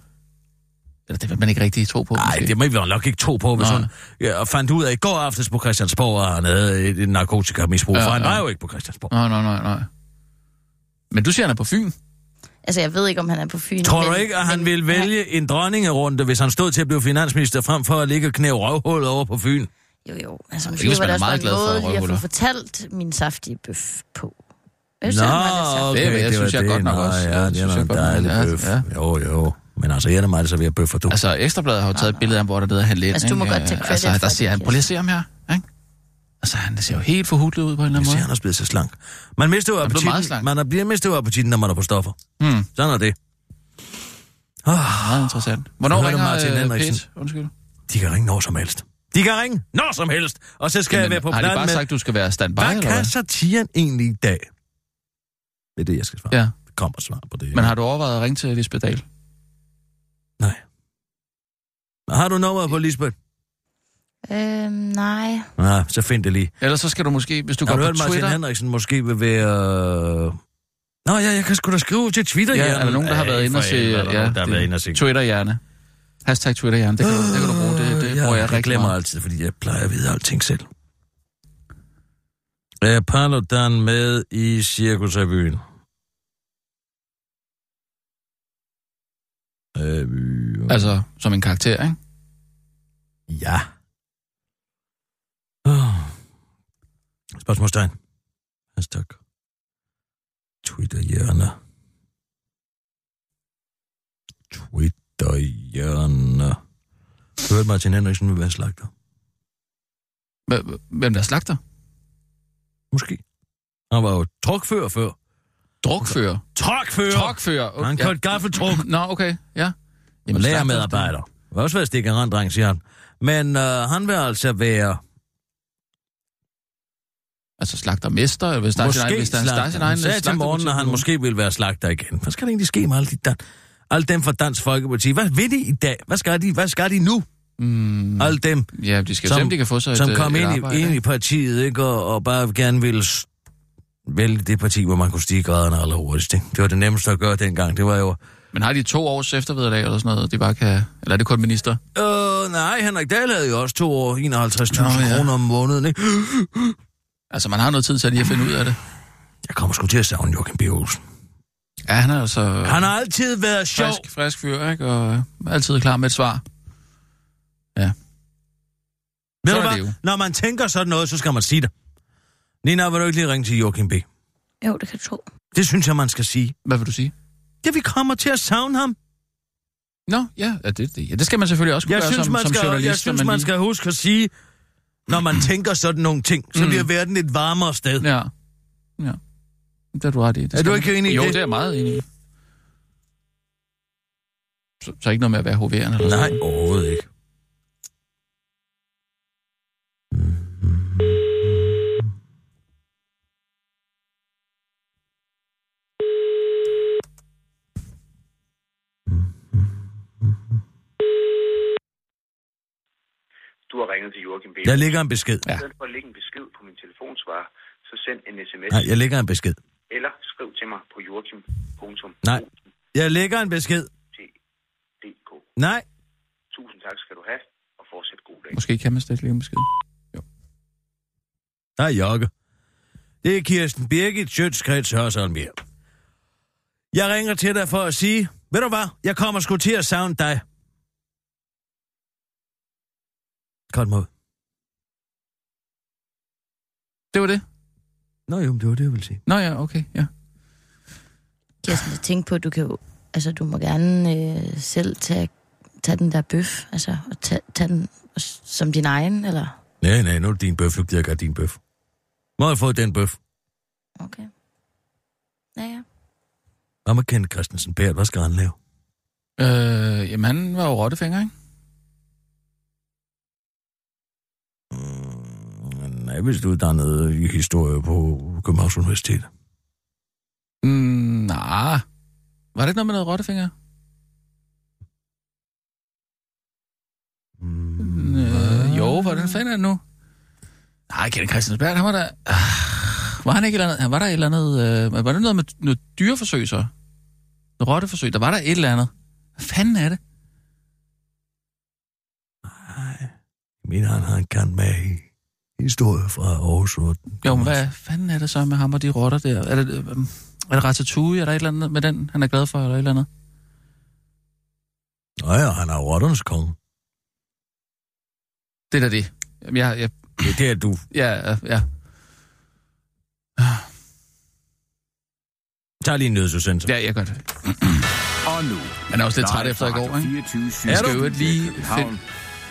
Speaker 4: Eller det vil man ikke rigtig tro på,
Speaker 6: Nej, det må vi jo nok ikke tro på, hvis
Speaker 4: Nå.
Speaker 6: hun ja, og fandt ud af i går aftes på Christiansborg, at han havde et, et narkotikamisbrug,
Speaker 4: Ja,
Speaker 6: ja, for han
Speaker 4: ja.
Speaker 6: var jo ikke på Christiansborg.
Speaker 4: Nej, nej, nej, nej. Men du siger, han er på Fyn.
Speaker 10: Altså, jeg ved ikke, om han er på Fyn.
Speaker 6: Tror
Speaker 10: men,
Speaker 6: du ikke, at han ville vælge en dronningerunde, hvis han stod til at blive finansminister, frem for at ligge og knæve røvhullet over på Fyn?
Speaker 10: Jo, jo. Altså, måske
Speaker 6: Ikke, hvis
Speaker 10: var
Speaker 6: man
Speaker 10: det også
Speaker 6: er
Speaker 10: meget
Speaker 6: meget glad for
Speaker 10: måde lige at få
Speaker 6: røvhuller.
Speaker 10: fortalt min saftige bøf på. Jeg
Speaker 6: Nå,
Speaker 10: synes, han var lidt saftig.
Speaker 6: okay,
Speaker 4: Det- jeg synes, jeg
Speaker 6: det.
Speaker 4: godt nok
Speaker 6: Nå,
Speaker 4: også.
Speaker 6: Ja,
Speaker 4: Det
Speaker 6: det
Speaker 4: synes
Speaker 6: er
Speaker 4: jeg
Speaker 6: en
Speaker 4: godt nok.
Speaker 6: dejlig
Speaker 4: Ja,
Speaker 6: bøf.
Speaker 4: ja.
Speaker 6: Jo, jo. Men altså, jeg er da mig, der serverer bøffer, du.
Speaker 4: Altså, Ekstrabladet har jo taget et billede af ham, hvor der hedder han lidt.
Speaker 10: Altså, du må
Speaker 4: ikke?
Speaker 10: godt tage credit
Speaker 4: Altså,
Speaker 10: for
Speaker 4: der ser
Speaker 10: det,
Speaker 4: han, prøv lige at se ham her. Ikke? Altså, han ser jo helt forhudlet ud på en eller anden
Speaker 6: Jeg
Speaker 4: måde.
Speaker 6: ser, han er blevet så slank. Man mister jo
Speaker 4: blevet meget
Speaker 6: appetitten,
Speaker 4: slank.
Speaker 6: man er- bliver mistet jo appetitten, når man er på stoffer.
Speaker 4: Hmm.
Speaker 6: Sådan er det.
Speaker 4: Meget interessant. Hvornår
Speaker 6: Hørte
Speaker 4: ringer øh,
Speaker 6: Martin
Speaker 4: Martin
Speaker 6: Henriksen?
Speaker 4: Pet? Undskyld.
Speaker 6: De kan ringe når som helst. De kan ringe når som helst, og så skal
Speaker 4: Jamen,
Speaker 6: jeg være på
Speaker 4: har de
Speaker 6: plads
Speaker 4: bare
Speaker 6: med...
Speaker 4: sagt, du skal være standby,
Speaker 6: Hvad
Speaker 4: eller hvad?
Speaker 6: kan satiren egentlig i dag? Det er det, jeg skal svare.
Speaker 4: Ja.
Speaker 6: Det kommer svar på det.
Speaker 4: Men har du overvejet at ringe til Lisbeth Dahl?
Speaker 6: Har du nummeret på Lisbeth?
Speaker 10: Øhm, nej.
Speaker 6: Nej, så find det lige.
Speaker 4: Eller så skal du måske, hvis du
Speaker 6: har
Speaker 4: går
Speaker 6: du
Speaker 4: på
Speaker 6: hørt, Martin
Speaker 4: Twitter...
Speaker 6: Henriksen måske vil være... øh, Nå ja, jeg kan sgu da skrive til Twitter.
Speaker 4: Ja, er der nogen, der har været inde og se...
Speaker 6: Ja,
Speaker 4: Ja,
Speaker 6: der har været inde og se.
Speaker 4: Twitter-hjerne. Hashtag Twitter-hjerne, det kan, du, det kan du bruge. Det, det bruger jeg
Speaker 6: jeg
Speaker 4: rigtig
Speaker 6: glemmer
Speaker 4: meget.
Speaker 6: altid, fordi jeg plejer at vide alting Øh, selv. Er Paludan Øh, med i Cirkusrevyen? Øh,
Speaker 4: Altså, som en karakter, ikke?
Speaker 6: Ja. Oh. Spørgsmålstegn. Hashtag. Twitter-hjørne. Twitter-hjørne. Hørte Martin Henriksen vil være slagter.
Speaker 4: Hvem der er slagter?
Speaker 6: Måske. Han var jo trukfører før.
Speaker 4: Drukfører?
Speaker 6: Trukfører!
Speaker 4: Trokfører.
Speaker 6: Okay. Han kørte gaffeltruk.
Speaker 4: Nå, okay, ja.
Speaker 6: Jamen,
Speaker 4: slagter-
Speaker 6: lærermedarbejder. Det var også været stikker en dreng, siger han. Men øh, han vil altså være...
Speaker 4: Altså slagtermester, eller hvis der er sin egen, hvis der er- der er sin egen øh,
Speaker 6: Han sagde til morgen, at han måske vil være slagter igen. Hvad skal der egentlig ske med alle, de dan... alle dem fra Dansk Folkeparti? Hvad vil de i dag? Hvad skal de, Hvad skal de nu?
Speaker 4: Mm,
Speaker 6: Alle dem,
Speaker 4: ja, de skal se, om de kan få sig
Speaker 6: som
Speaker 4: et, øh,
Speaker 6: kom
Speaker 4: et
Speaker 6: ind,
Speaker 4: arbejde,
Speaker 6: i, ind
Speaker 4: ikke?
Speaker 6: i partiet, ikke? Og, og bare gerne ville s- vælge det parti, hvor man kunne stige graderne allerhurtigst. Ikke? Det var det nemmeste at gøre dengang. Det var jo...
Speaker 4: Men har de to års eftervederlag eller sådan noget, de bare kan... Eller er det kun minister?
Speaker 6: Øh, nej, Henrik Dahl havde jo også to år, 51.000
Speaker 4: Nå, ja.
Speaker 6: kroner om måneden, ikke?
Speaker 4: Altså, man har noget tid til lige at finde ud af det.
Speaker 6: Jeg kommer sgu til at savne Joachim B. Olsen.
Speaker 4: Ja, han er altså... Han
Speaker 6: Han har altid været sjov.
Speaker 4: frisk, frisk fyr, ikke? Og øh, altid klar med et svar. Ja.
Speaker 6: Ved
Speaker 4: Så er
Speaker 6: du
Speaker 4: det
Speaker 6: hvad?
Speaker 4: jo.
Speaker 6: Når man tænker sådan noget, så skal man sige det. Nina, vil du ikke lige ringe til Joachim B?
Speaker 10: Jo, det kan du tro.
Speaker 6: Det synes jeg, man skal sige.
Speaker 4: Hvad vil du sige?
Speaker 6: Det, vi kommer til at savne ham.
Speaker 4: Nå, ja, ja, det, det, ja, det skal man selvfølgelig også kunne
Speaker 6: Jeg
Speaker 4: gøre
Speaker 6: synes,
Speaker 4: som,
Speaker 6: man
Speaker 4: som
Speaker 6: skal,
Speaker 4: journalist.
Speaker 6: jeg
Speaker 4: når
Speaker 6: synes, man
Speaker 4: lige-
Speaker 6: skal huske at sige, når man tænker sådan nogle ting, så
Speaker 4: Mm.
Speaker 6: bliver verden et varmere sted.
Speaker 4: Ja. ja. Det er du ret i. Det
Speaker 6: Er
Speaker 4: skal
Speaker 6: du
Speaker 4: man-
Speaker 6: ikke enig i
Speaker 4: Jo,
Speaker 6: det?
Speaker 4: det er jeg meget enig i. Så, så ikke noget med at være HV'eren eller
Speaker 6: Nej, overhovedet ikke.
Speaker 19: Du har ringet til Joachim B.
Speaker 6: Jeg lægger en besked.
Speaker 19: I stedet for at lægge en besked på min telefonsvarer, så send en sms.
Speaker 6: Nej, jeg lægger en besked.
Speaker 19: Eller skriv til mig på joachim.
Speaker 6: Nej, jeg lægger en besked. Nej,
Speaker 19: Tusind tak skal du have, og fortsæt god dag.
Speaker 4: Måske kan man slet ikke lægge en besked.
Speaker 6: der er Jokke. Det er Kirsten Birgit Sjøtskrets Hørsholmier. Jeg ringer til dig for at sige, ved du hvad, jeg kommer sgu til at savne dig. Godt mod.
Speaker 4: Det var det?
Speaker 6: Nå jo, men det var det, jeg ville sige.
Speaker 4: Nå ja, okay, ja.
Speaker 10: Kirsten, jeg tænkte på, at du kan jo, altså, du må gerne øh, selv tage, tage den der bøf, altså, og tage, tage den s- som din egen, eller?
Speaker 6: Nej, nej, nu er det din bøf. Nu gider jeg ikke have din bøf. Må jeg få den bøf?
Speaker 10: Okay. Ja, ja.
Speaker 6: Hvad med Kent Christensen Bært? Hvad skal han lave?
Speaker 4: Øh, jamen, han var jo rottefinger, ikke?
Speaker 6: Han er vist uddannet i historie på Københavns Universitet.
Speaker 4: Mm, nej. Var det ikke noget med noget rottefinger? Mm, øh, jo, hvordan fanden er det nu? Nej, Kjell Christiansberg, han var der... Ah, var han ikke et eller andet... Han var der et eller andet... Øh, var det noget med noget dyreforsøg, så? Noget rotteforsøg? Der var der et eller andet. Hvad fanden er det?
Speaker 6: Jeg mener, han har en kant med i historie fra Aarhus. og-
Speaker 4: Jo, men hvad fanden er det så med ham og de rotter der? Er det, øh, er det Ratatouille? Er der et eller andet med den, han er glad for, eller et eller andet?
Speaker 6: Nå ja, han er rotternes konge.
Speaker 4: Det er da det. Jamen, jeg, jeg,
Speaker 6: Det er der, du...
Speaker 4: ja, øh, ja, ja.
Speaker 6: Tag lige en nødsudsendelse.
Speaker 4: Ja, jeg gør det.
Speaker 15: Og nu.
Speaker 4: Han er også lidt
Speaker 15: live
Speaker 4: træt efter i
Speaker 15: fra
Speaker 4: går,
Speaker 15: Radio
Speaker 4: ikke?
Speaker 15: 24
Speaker 4: Jeg skal
Speaker 15: Studio
Speaker 4: jo lige
Speaker 15: i København.
Speaker 4: finde-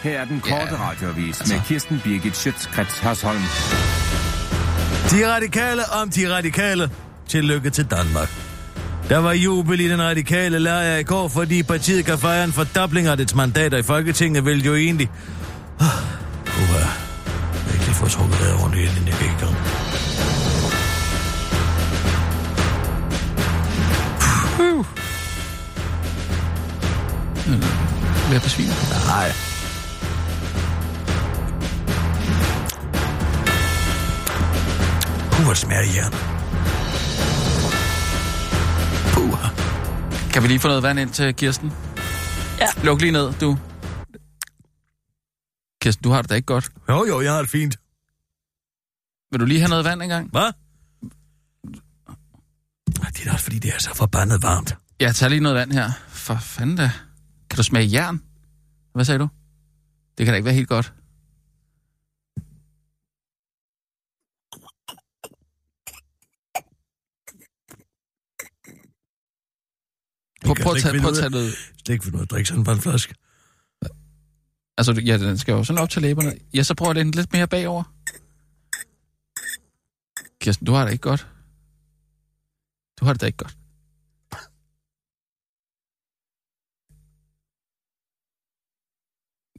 Speaker 15: Her er den korte
Speaker 4: Ja,
Speaker 15: radiovis
Speaker 4: altså.
Speaker 15: med Kirsten Birgit Schøtzgrads Hasholm.
Speaker 6: De radikale om de radikale. Tillykke til Danmark. Der var jubel i den radikale lejr i går, fordi partiet kan fejre en fordobling af dets mandater i Folketinget, vil jo egentlig... Ah, uha. Jeg kan ikke lige få trukket vejret rundt i hele den, jeg kan ikke komme.
Speaker 4: Puh. Hvad besvimer?
Speaker 6: Nej. Puh, hvor det smager i hjernen.
Speaker 4: Kan vi lige få noget vand ind til Kirsten?
Speaker 10: Ja.
Speaker 4: Luk lige ned, du. Kirsten, du har det da ikke godt.
Speaker 6: Jo, jo, jeg har det fint.
Speaker 4: Vil du lige have noget vand engang?
Speaker 6: Hvad? Det er da også, fordi det er så forbandet varmt.
Speaker 4: Jeg tager lige noget vand her. For fanden da. Kan du smage jern? Hvad sagde du? Det kan da ikke være helt godt. Prøv, prøv, at tage, prøv at tage noget...
Speaker 6: Det ikke finde ud af at drikke sådan bare en flaske.
Speaker 4: Altså, ja, den skal jo sådan op til læberne. Ja, så prøver jeg den lidt mere bagover. Kirsten, du har det ikke godt. Du har det da ikke godt.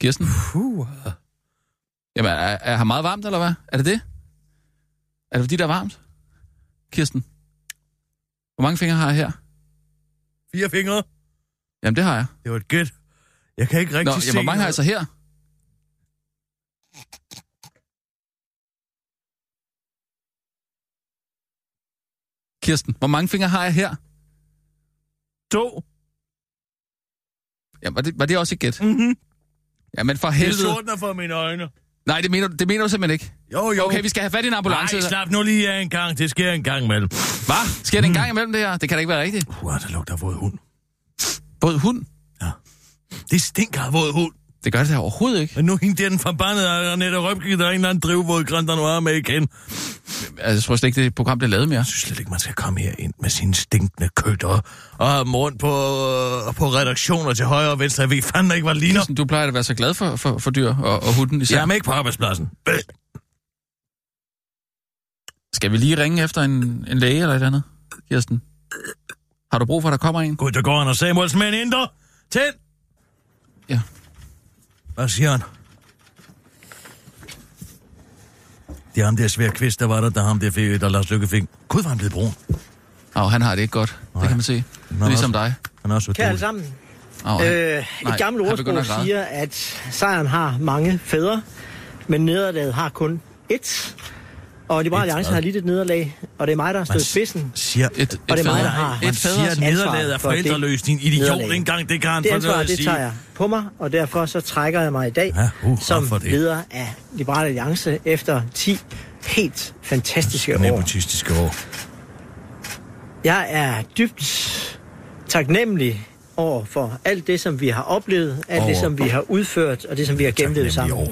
Speaker 4: Kirsten?
Speaker 6: Puh.
Speaker 4: Jamen, er, er her meget varmt, eller hvad? Er det det? Er det fordi, der er varmt? Kirsten? Hvor mange fingre har jeg her?
Speaker 6: Fire fingre.
Speaker 4: Jamen, det har jeg.
Speaker 6: Det var et gæt. Jeg kan ikke rigtig
Speaker 4: Nå,
Speaker 6: se...
Speaker 4: jamen, hvor mange har jeg så her? Kirsten, hvor mange fingre har jeg her?
Speaker 6: To.
Speaker 4: Ja, var det, var det også et gæt?
Speaker 6: Mm-hmm.
Speaker 4: Jamen, for
Speaker 6: Det
Speaker 4: helvede.
Speaker 6: sortner for mine øjne.
Speaker 4: Nej, det mener, du- det mener du simpelthen ikke.
Speaker 6: Jo, jo.
Speaker 4: Okay, vi skal have fat i en ambulance.
Speaker 6: Nej, slap nu lige af en gang. Det sker en gang imellem.
Speaker 4: Hvad? Sker det en gang imellem det her? Det kan da ikke være rigtigt.
Speaker 6: Wow, der lugter af våd hund.
Speaker 4: Både hund?
Speaker 6: Ja. Det stinker af våd hund.
Speaker 4: Det gør det da overhovedet ikke.
Speaker 6: Men nu hende der den forbandede Annette Røbke, der er en eller anden drivvåd græn, der nu er med igen.
Speaker 4: Altså, jeg tror slet ikke, det program bliver lavet mere.
Speaker 6: Jeg synes slet ikke, man skal komme her ind med sine stinkende køtter og rundt på, på redaktioner til højre og venstre. Jeg ved fandme ikke, hvad det ligner.
Speaker 4: Kirsten, du plejer at være så glad for, for, for dyr og, og hunden især.
Speaker 6: Jamen ikke på arbejdspladsen. Øh.
Speaker 4: Skal vi lige ringe efter en, en læge eller et eller andet, Kirsten? Har du brug for, at der kommer en?
Speaker 6: Gud, der går Anders Samuelsen med en indre. Tænd!
Speaker 4: Ja.
Speaker 6: Hvad siger han? Det er ham der svære kvist, der var der, der ham der, fik, der Lars Lykke fik. Gud, var han blevet brun.
Speaker 4: Au, han har det ikke godt. Nej. Det kan man se. Det er ligesom dig.
Speaker 6: Han er også
Speaker 20: Kære alle
Speaker 6: utrolig.
Speaker 20: sammen.
Speaker 4: Au, han-
Speaker 20: Øh,
Speaker 4: nej,
Speaker 20: et gammelt
Speaker 4: han begynder
Speaker 20: ordsprog
Speaker 4: at græde.
Speaker 20: siger, at sejren har mange fædre, men nederlaget har kun ét. Og Liberal Alliance har lidt et nederlag, og det er mig, der har stået i spidsen.
Speaker 6: Siger et, et
Speaker 20: Og det er mig, der
Speaker 6: fader-
Speaker 20: har
Speaker 6: Man
Speaker 20: et
Speaker 6: siger, at
Speaker 20: faders
Speaker 6: nederlaget er
Speaker 20: ansvar for det
Speaker 6: forældreløs. Din idiot,
Speaker 20: nederlag.
Speaker 6: ikke engang det kan han
Speaker 20: Det
Speaker 6: få noget
Speaker 20: ansvar,
Speaker 6: at
Speaker 20: det
Speaker 6: sige.
Speaker 20: tager jeg på mig, og derfor så trækker jeg mig i dag
Speaker 6: Ja, uh,
Speaker 20: som
Speaker 6: for det.
Speaker 20: leder af Liberal Alliance efter 10 helt fantastiske år.
Speaker 6: Nepotistiske år.
Speaker 20: Jeg er dybt taknemmelig over for alt det, som vi har oplevet, alt
Speaker 6: Over-
Speaker 20: det, som vi har udført, og det, som vi har gennemlevet sammen.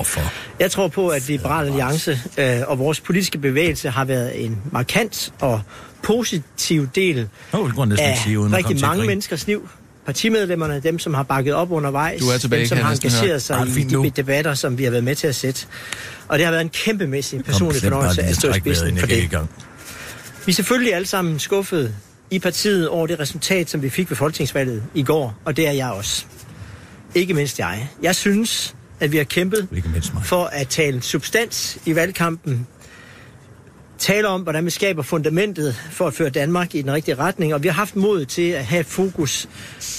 Speaker 20: Jeg tror på, at Liberal Alliance øh, og vores politiske bevægelse har været en markant og positiv del
Speaker 6: Åh, det kunne jeg næsten
Speaker 20: af
Speaker 6: ikke sige, uden at komme
Speaker 20: rigtig
Speaker 6: til at
Speaker 20: mange
Speaker 6: grine.
Speaker 20: menneskers liv. Partimedlemmerne, dem, som har bakket op undervejs,
Speaker 4: Du er tilbage,
Speaker 20: dem, som
Speaker 4: kan jeg
Speaker 20: har
Speaker 4: næsten høre.
Speaker 20: engageret sig
Speaker 4: Ej,
Speaker 20: i
Speaker 4: fint
Speaker 20: de
Speaker 4: nu.
Speaker 20: debatter, som vi har været med til at sætte. Og det har været en kæmpemæssig personlig
Speaker 6: Komplet bare
Speaker 20: fornøjelse
Speaker 6: lige
Speaker 20: at stå i
Speaker 6: trække vejret,
Speaker 20: spidsen
Speaker 6: inden
Speaker 20: for
Speaker 6: jeg
Speaker 20: det.
Speaker 6: gik i gang.
Speaker 20: Vi er selvfølgelig alle sammen skuffede i partiet over det resultat, som vi fik ved folketingsvalget i går, og det er jeg også. Ikke mindst jeg. Jeg synes, at vi har kæmpet for at tale substans i valgkampen, tale om, hvordan vi skaber fundamentet for at føre Danmark i den rigtige retning, og vi har haft mod til at have et fokus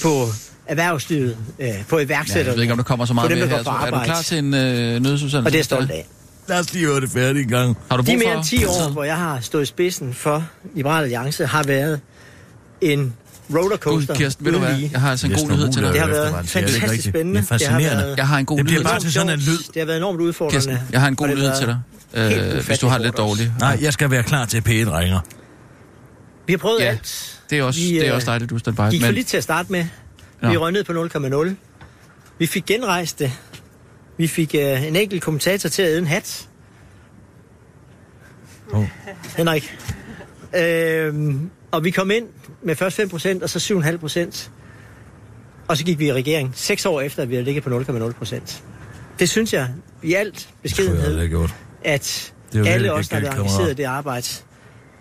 Speaker 20: på erhvervslivet, øh, på
Speaker 4: Ja,
Speaker 20: iværksætterne.
Speaker 4: jeg ved ikke, om der kommer så meget
Speaker 20: på dem,
Speaker 4: mere
Speaker 20: der
Speaker 4: her.
Speaker 20: går på
Speaker 4: Er du
Speaker 20: arbejde.
Speaker 4: klar til en øh, nødsudsendelse?
Speaker 20: Og det er jeg stolt af.
Speaker 6: Lad os lige høre det færdigt en gang.
Speaker 4: Har du brug
Speaker 20: De mere
Speaker 4: for
Speaker 20: end 10 år,
Speaker 4: tid?
Speaker 20: hvor jeg har stået i spidsen for Liberal Alliance, har været en rollercoaster.
Speaker 4: Gud, Kirsten, ved du
Speaker 20: uden
Speaker 4: hvad?
Speaker 20: lige.
Speaker 4: Jeg har altså en
Speaker 6: Det er
Speaker 4: god nyhed til dig.
Speaker 20: Det har
Speaker 6: efter
Speaker 20: været
Speaker 6: Valentine's. Det er ikke
Speaker 20: fantastisk
Speaker 6: rigtigt.
Speaker 20: spændende.
Speaker 6: Det er fascinerende.
Speaker 20: har været
Speaker 4: Jeg har en god
Speaker 6: Det bliver
Speaker 4: nyhed.
Speaker 6: bare til sådan en lyd.
Speaker 20: Det har været enormt udfordrende.
Speaker 4: Kirsten, jeg har en god
Speaker 20: og det
Speaker 4: nyhed
Speaker 20: har
Speaker 4: til dig,
Speaker 20: været helt
Speaker 4: øh, hvis du
Speaker 20: ufatteligt
Speaker 4: har det lidt
Speaker 20: hårdt også.
Speaker 4: dårligt.
Speaker 6: Nej, jeg skal være klar til P1 ringer.
Speaker 20: Vi har prøvet
Speaker 4: Ja,
Speaker 20: alt.
Speaker 4: Det er også,
Speaker 20: Vi,
Speaker 4: det er
Speaker 20: øh,
Speaker 4: også dejligt, du er standby. Men
Speaker 20: Gik for lidt til at starte med.
Speaker 4: Nå.
Speaker 20: Vi røg ned på 0,0. Vi fik genrejst det. Vi fik øh, en enkelt kommentator til at æde en hat.
Speaker 6: Oh.
Speaker 20: Henrik. Øhm, og vi kom ind med først 5% og så 7,5%. Og så gik vi i regering, seks år efter, at vi havde ligget på 0,0%. Det synes jeg i alt beskedenhed,
Speaker 6: Det er gjort.
Speaker 20: at
Speaker 6: Det er jo
Speaker 20: alle
Speaker 6: virkelig
Speaker 20: os, der har
Speaker 6: galt,
Speaker 20: været
Speaker 6: kammerat.
Speaker 20: engageret i det arbejde,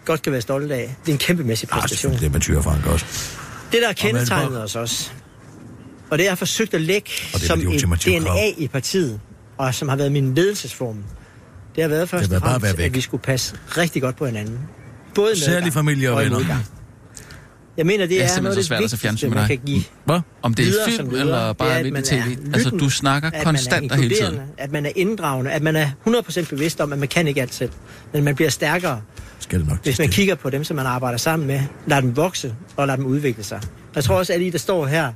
Speaker 20: godt kan være stolte af. Det er en kæmpemæssig præstation.
Speaker 6: Ah, Det er med Tyrefrank også.
Speaker 20: Det, der har
Speaker 6: hvad er det for-
Speaker 20: kendetegnet os også, og det jeg har forsøgt at lægge
Speaker 6: Og det er
Speaker 20: som
Speaker 6: med de
Speaker 20: et
Speaker 6: ultimative
Speaker 20: DNA
Speaker 6: krav.
Speaker 20: i partiet, og som har været min ledelsesform, det har været først
Speaker 6: Det har
Speaker 20: og
Speaker 6: været bare at være
Speaker 20: fremmest,
Speaker 6: væk.
Speaker 20: at vi skulle passe rigtig godt på hinanden. Både med
Speaker 6: Særlig familie og venner.
Speaker 20: Jeg mener, det
Speaker 4: Jeg
Speaker 20: er,
Speaker 4: er
Speaker 20: er
Speaker 4: simpelthen
Speaker 20: noget
Speaker 4: så
Speaker 20: af
Speaker 4: svært
Speaker 20: det
Speaker 4: at se
Speaker 20: vigtigste,
Speaker 4: fjernsyn med
Speaker 20: man
Speaker 4: dig.
Speaker 20: kan give
Speaker 6: Hvad?
Speaker 4: Om det er
Speaker 20: videre
Speaker 4: film
Speaker 20: som leder,
Speaker 4: eller bare
Speaker 20: det er, at
Speaker 4: almindelig
Speaker 20: man er
Speaker 4: tv. Altså,
Speaker 20: lyttende,
Speaker 4: du snakker
Speaker 20: at man er
Speaker 4: konstant og hele tiden.
Speaker 20: inkluderende, At man er inddragende, at man er 100% bevidst om, at man kan ikke alt selv. Men man bliver stærkere,
Speaker 6: Skal det nok.
Speaker 20: hvis man kigger på dem, som man arbejder sammen med. Lad dem vokse, og lad dem udvikle sig. Jeg tror også, at alle I, der står her,